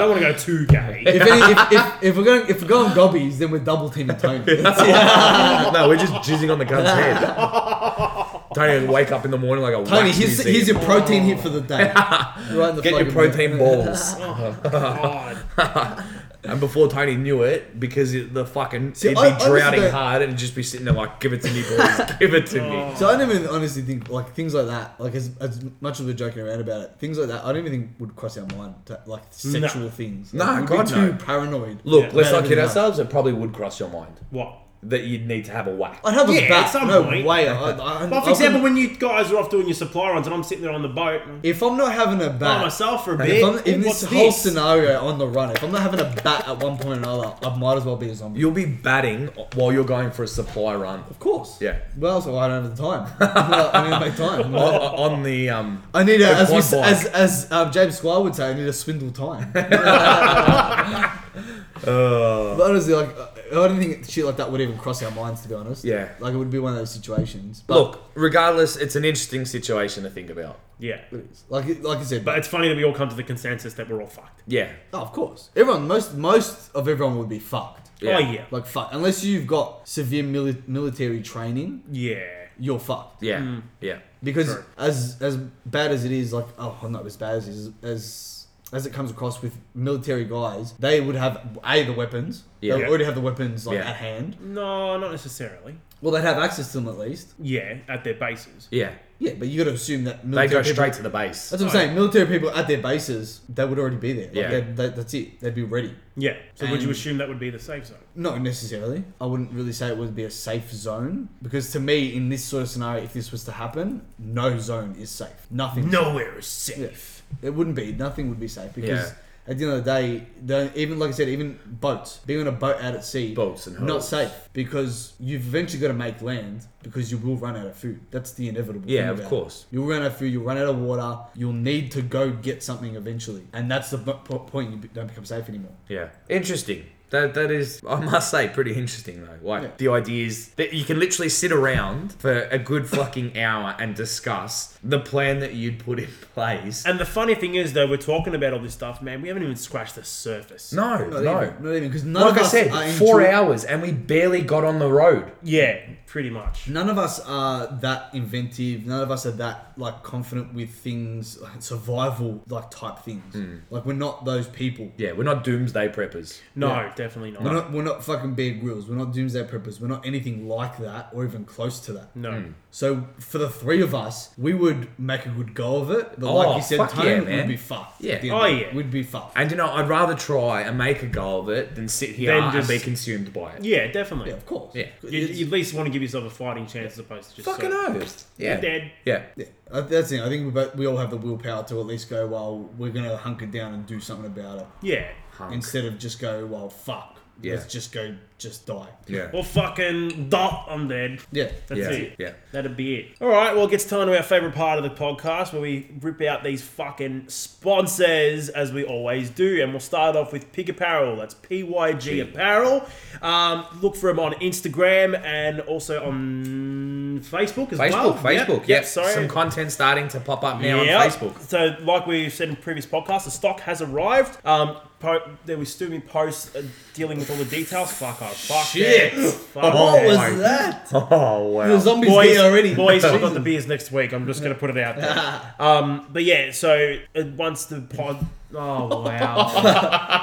S1: don't want to go too gay.
S3: *laughs* if, any, if, if, if we're going if we're going gobbies, then we're double teaming *laughs* Tony.
S2: *laughs* no, we're just jizzing on the gun's head. Don't even wake up in the morning like a
S3: Tony,
S2: wax
S3: here's,
S2: museum.
S3: here's your protein hit for the *laughs* day. Right in the
S2: Get your
S3: fucking-
S2: protein balls.
S1: God.
S2: And before Tony knew it, because it- the fucking he'd be
S3: I- I just
S2: drowning
S3: don't-
S2: hard and just be sitting there like, "Give it to me,
S3: *laughs*
S2: boys. Give it to me."
S3: So I don't even honestly think like things like that. Like as, as much as we're joking around about it, things like that, I don't even think would cross our mind. To, like sexual things.
S2: No,
S3: Like, we'd
S2: God,
S3: be
S2: no.
S3: too paranoid.
S2: Look,
S1: Yeah.
S2: let's
S3: No,
S2: not kid
S3: no.
S2: ourselves. It probably would cross your mind
S3: *laughs*
S1: What?
S2: that you'd need to have a whack.
S3: I'd have
S1: Yeah,
S3: a bat.
S1: at some
S3: no
S1: point.
S3: way. I, I, I,
S1: Well, for
S3: I
S1: example,
S3: wouldn't-
S1: when you guys are off doing your supply runs and I'm sitting there on the boat and
S3: if I'm not having a
S1: by
S3: bat,
S1: myself for a bit,
S3: if I'm, in
S1: oh,
S3: this
S1: what's
S3: whole
S1: this?
S3: scenario on the run, if I'm not having a bat at one point or another, I might as well be a zombie.
S2: You'll be batting while you're going for a supply run
S3: of course.
S2: Yeah.
S3: Well, so I don't have the
S2: *laughs*
S3: time. Well, I need to make time.
S2: on, on the um.
S3: I need a,
S2: The
S3: as, we,
S2: quad
S3: s-
S2: bike.
S3: as as um, James Squire
S2: *laughs*
S3: *laughs* would say, I need a swindle time.
S2: Uh, Oh.
S3: But honestly, like uh, I don't think shit like that would even cross our minds, to be honest.
S2: Yeah.
S3: Like it would be one of those situations. But
S2: Look, regardless, it's an interesting situation to think about.
S1: Yeah.
S3: like like I said,
S1: But it's funny that we all come to the consensus that we're all fucked.
S2: Yeah.
S3: oh, of course, everyone, most most of everyone would be fucked.
S2: Yeah.
S1: Oh, yeah.
S3: Like fuck, unless you've got severe mili- military training,
S1: Yeah.
S3: you're fucked.
S2: Yeah. Yeah.
S3: Because
S1: Sure.
S3: as as bad as it is, like oh, well, not as bad as it is, as as it comes across with military guys, they would have a the weapons.
S2: Yeah.
S3: They would already have the weapons like
S2: Yeah.
S3: at hand.
S1: No, not necessarily.
S3: Well, they'd have access to them at least.
S1: Yeah, at their bases.
S2: Yeah.
S3: Yeah, but you got to assume that
S2: They
S3: military
S2: go
S3: people-
S2: straight to the base.
S3: That's what I'm saying. Military people at their bases, they would already be there. Like,
S2: Yeah.
S3: they'd- they, that's it. They'd be ready.
S1: Yeah. So would you
S3: And-
S1: assume that would be the safe zone?
S3: Not necessarily. I wouldn't really say it would be a safe zone because to me, in this sort of scenario, if this was to happen, no zone is safe. Nothing.
S1: Nowhere is safe.
S3: It wouldn't be. Nothing would be safe because
S2: Yeah.
S3: at the end of the day, the, even like I said, even boats being on a boat out at sea,
S2: Boats and
S3: not
S2: hulls.
S3: safe because you've eventually got to make land because you will run out of food. That's the inevitable.
S2: Yeah,
S3: thing
S2: of
S3: about it.
S2: course.
S3: You'll run out of food. You'll run out of water. You'll need to go get something eventually, and that's the bu- po- point. You be- don't become safe anymore.
S2: Yeah. Interesting. That that is, I must say, pretty interesting though. Like
S3: Yeah.
S2: the idea is that you can literally sit around for a good fucking *laughs* hour and discuss the plan that you'd put in place.
S1: And the funny thing is, though, we're talking about all this stuff, man. We haven't even scratched the surface.
S2: No,
S3: Not
S2: no.
S3: even, not even because none
S2: Like
S3: of
S2: I
S3: us
S2: said,
S3: are in
S2: four
S3: tru-
S2: hours and we barely got on the road.
S1: Yeah, pretty much.
S3: None of us are that inventive. None of us are that like confident with things, like, survival like type things.
S2: Hmm.
S3: Like we're not those people.
S2: Yeah, we're not doomsday preppers.
S1: No,
S3: Yeah.
S1: definitely not.
S3: We're not, we're not fucking Bear Grylls. We're not Doomsday Preppers. We're not anything like that or even close to
S2: Hmm.
S3: that.
S1: No.
S3: So for the three of us, we would make a good go of it. But
S2: Oh,
S3: like you said,
S2: fuck yeah,
S3: Tone,
S2: man.
S3: we'd be fucked.
S2: Yeah.
S3: at the end
S1: Oh,
S3: of it.
S1: yeah.
S3: We'd be fucked.
S2: And you know, I'd rather try and make a goal of it than sit here
S1: Than
S2: and
S1: just-
S2: be consumed by it.
S1: Yeah, definitely.
S3: yeah, of course.
S2: Yeah.
S1: You, you at least want to give yourself a fighting chance as opposed to just
S2: Fucking
S1: say,
S2: oath. Yeah.
S1: You're dead.
S2: Yeah.
S3: Yeah, uh, that's it. I think we both, we all have the willpower to at least go, well, we're going to hunker down and do something about it.
S1: Yeah.
S2: Hunk.
S3: Instead of just go, well, fuck.
S2: Yeah.
S3: Let's just go, just die.
S2: Yeah.
S1: Or fucking duh, I'm dead.
S3: Yeah.
S1: That's
S2: Yeah.
S1: it.
S2: Yeah.
S1: That'd be it. All right. Well, it gets time to our favorite part of the podcast where we rip out these fucking sponsors as we always do, and we'll start off with Pig Apparel. That's P Y G Apparel. Um, look for them on Instagram and also on Facebook as well. Yep,
S2: Facebook, Facebook,
S1: yep,
S2: yeah.
S1: sorry.
S2: Some content starting to pop up now
S1: Yeah.
S2: on Facebook.
S1: So, like we've said in previous podcasts, the stock has arrived. Um, po- there was still been posts uh, dealing with all the details. Fuck off. Fuck
S2: Shit.
S1: that. Fuck
S2: Oh,
S1: that.
S3: What was
S2: my-
S3: that?
S2: *laughs* Oh wow.
S3: The zombies
S1: Boys,
S3: here already.
S1: boys, I've got
S3: Jesus.
S1: the beers next week. I'm just going to put it out there. Um, but yeah, so uh, once the pod. Oh, wow.
S3: *laughs*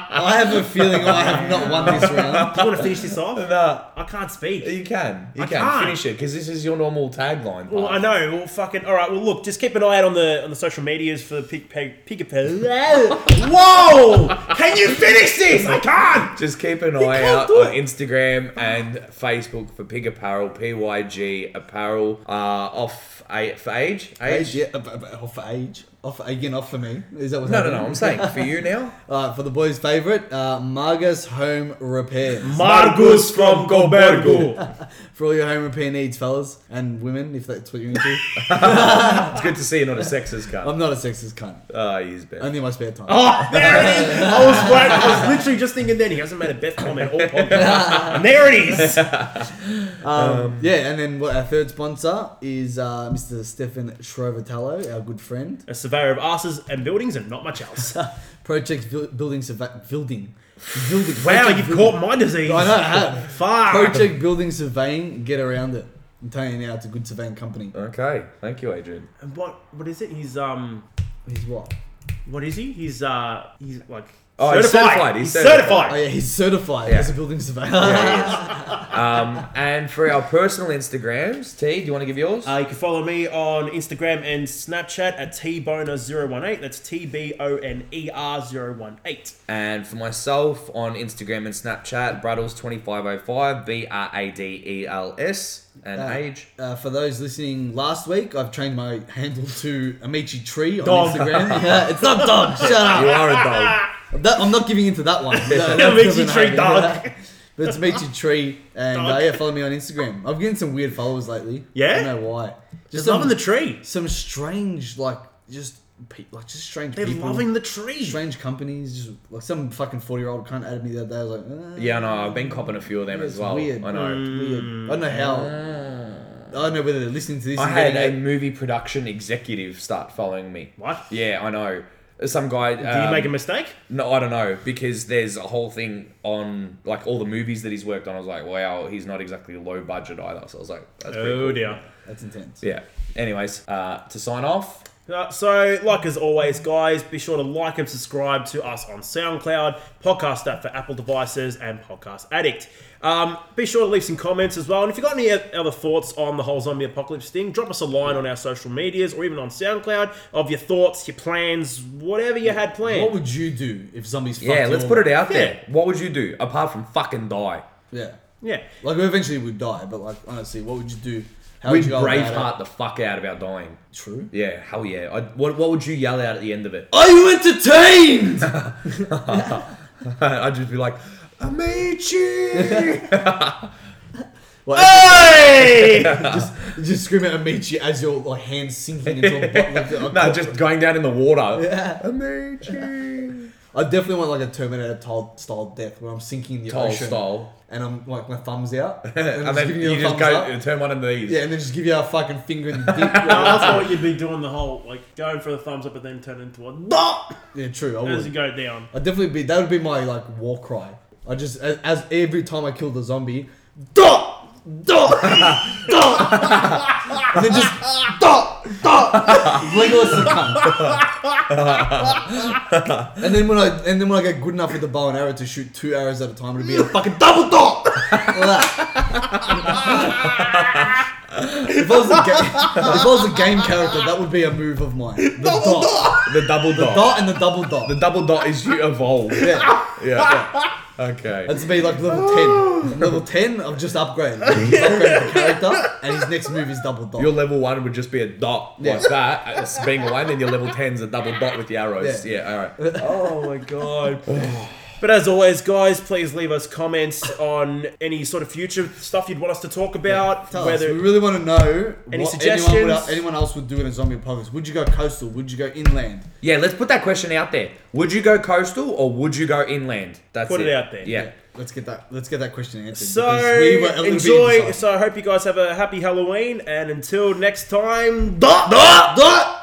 S3: I have a feeling I have not won this round.
S1: Do you want to finish this off?
S2: No,
S1: I can't speak.
S2: you can. You
S1: I
S2: can
S1: can't.
S2: finish it because this is your normal tagline.
S1: Well,
S2: part.
S1: I know. Well, fucking. All right. Well, look. Just keep an eye out on the on the social medias for Pig Peg Pig. *laughs* Whoa! Can you finish this? I can't.
S2: Just keep an eye
S1: can't
S2: out
S1: do
S2: on
S1: it.
S2: Instagram and Facebook for Pig Apparel, PYG Apparel. Uh, off a- for age, *laughs*
S3: Age,
S2: age.
S3: yeah, uh, but- but off age. Off again, off for me. Is that what
S2: No, no, no. I'm saying for you now.
S3: Uh, for the boys' favourite, uh, Margus Home
S1: *laughs*
S3: Repairs.
S1: Margus from Gobergo.
S3: for all your home repair needs, fellas and women, if that's what you're into.
S2: *laughs* It's good to see you're not a
S1: *laughs*
S2: sexist guy.
S3: I'm not a sexist cunt.
S2: Ah, he's better.
S3: Only in my spare time.
S1: Oh, there it is. I was, right. I was literally just thinking then he hasn't made a Beth comment all podcast. And there it is.
S3: Um, yeah, and then what, our third sponsor is uh, Mr. Stefan Shrovatello, our good friend.
S1: A surveyor of asses and buildings and not much else. Wow,
S3: Project Bu- Building Surve- Building. Building.
S1: you've caught my disease.
S3: I know, I have.
S1: Fuck.
S3: Project Building Surveying. Get around it. I'm telling you now, it's a good surveying company.
S2: Okay, thank you, Adrian.
S1: And what? What is it? He's um.
S3: He's what?
S1: What is he? He's uh. He's like.
S2: Oh,
S1: certified.
S2: he's
S1: He's
S2: certified, he's
S1: certified.
S3: Oh yeah, he's certified
S2: Yeah.
S3: as a building surveyor.
S2: Um, and for our personal Instagrams, T, do you want to give yours?
S1: Uh, you can follow me on Instagram and Snapchat at tboner018. That's T B O N E R 018.
S2: And for myself on Instagram and Snapchat, Braddles2505, B R A D E L S, and
S3: Uh,
S2: age.
S3: *laughs* Uh, for those listening, last week I've changed my handle to Amici Tree on
S1: Dog. *laughs*
S3: Instagram. yeah, it's not dog. Shut
S2: You
S3: up.
S2: are a dog.
S3: That, I'm not giving into
S1: *laughs*
S3: that one. No, that's
S1: Amici
S3: not
S1: Tree,
S3: happening.
S1: dog.
S3: but it's Amici Tree, and uh,
S1: Dog.
S3: yeah, follow me on Instagram. I've getting some weird followers lately.
S1: Yeah?
S3: I don't know why.
S1: Just
S3: some,
S1: loving the tree.
S3: some strange like just pe- like just strange
S1: They're
S3: people,
S1: loving the tree.
S3: strange companies. Just, like some fucking forty year old cunt added me the other day. I was like, eh,
S2: Yeah, I know. I've been copping a few of them
S3: it's
S2: as well.
S3: Weird.
S2: I know.
S1: Mm.
S3: It's weird. I don't know how.
S1: Ah.
S3: I don't know whether they're listening to this.
S2: I
S3: and
S2: had a
S3: getting it.
S2: movie production executive start following me.
S1: What?
S2: Yeah, um, I know. Some guy.
S1: Did you make a mistake?
S2: No, I don't know because there's a whole thing on like all the movies that he's worked on. I was like, wow, he's not exactly low budget either. So I was like, that's pretty
S1: Oh
S2: cool.
S1: dear.
S3: That's intense.
S2: Yeah. Anyways, uh, to sign off,
S1: Uh, so, like as always, guys, be sure to like and subscribe to us on SoundCloud, Podcast App for Apple devices, and Podcast Addict. Um, be sure to leave some comments as well. And if you've got any other thoughts on the whole zombie apocalypse thing, drop us a line on our social medias or even on SoundCloud of your thoughts, your plans, whatever you had planned.
S3: What would you do if zombies?
S2: yeah,
S3: fucked
S2: let's
S3: you
S2: put
S3: all?
S2: it out there. What would you do apart from fucking die?
S3: Yeah,
S1: yeah.
S3: like we eventually would die, but like honestly, what would you do? How
S2: We'd
S3: would you go about
S2: braveheart the fuck out about dying.
S3: it? True.
S2: Yeah, hell yeah. I, what, what would you yell out at the end of it? *laughs*
S3: Are you entertained?
S2: I'd just be like,
S3: *laughs*
S2: Amici!
S3: Well,
S1: Hey!
S3: *laughs* just, just scream out Amici as your like hands sinking
S2: *laughs*
S3: into a bottle. Like, a
S2: no, just going down in the water.
S3: Yeah. *laughs*
S2: Amici!
S3: I definitely want like a Terminator tol- style death where I'm sinking in the
S2: Toll
S3: ocean
S2: style.
S3: and I'm like my
S2: *laughs*
S3: thumbs out and, I'm
S2: And
S3: just
S2: then
S3: giving
S2: you,
S3: a
S2: just
S3: thumbs
S2: go
S3: up.
S2: turn one of these.
S3: yeah, and then just give you a fucking finger in the dick.
S1: I
S2: *laughs*
S3: yeah,
S1: thought you'd be doing the whole, like, going for the thumbs up and then turn into a
S3: yeah, true. I
S1: as you
S3: would.
S1: go down.
S3: I'd definitely be. That would be my like war cry. I just as, as every time I kill the zombie, dot dot *laughs* dot, and then just
S2: *laughs*
S3: dot dot. Legolas the cunt. and then when I and then when I get good enough with the bow and arrow to shoot two arrows at a time, it'd be a fucking double dot. Like that. if, I was a ga- if I was a game character, that would be a move of mine. The double dot,
S2: The double dot.
S3: dot and the double dot.
S2: The double dot is you
S3: *laughs*
S2: evolve. yeah.
S3: yeah.
S2: Okay.
S3: That's me like level
S2: *laughs*
S3: ten. level ten, I've just upgraded. He's upgraded the character, and his next move is double dot.
S2: Your level one would just be a dot like that, as being a one, and your level ten's a double dot with the arrows.
S3: Yeah.
S2: Yeah, all right.
S1: Oh my god. But as always, guys, please leave us comments on any sort of future stuff you'd want us to talk about.
S3: Tell us,
S1: whether
S3: we really want to know
S1: Any
S3: what anyone,
S1: suggestions?
S3: would, anyone else would do in a zombie apocalypse. Would you go coastal? Would you go inland?
S2: Yeah, let's put that question out there. Would you go coastal or would you go inland? That's
S1: Put it out there.
S2: Yeah.
S3: Let's get that. Let's get that question answered.
S1: so
S3: because we were a little bit
S1: enjoy.
S3: indecisive.
S1: So I hope you guys have a happy Halloween, and until next time,
S3: Dot dot dot.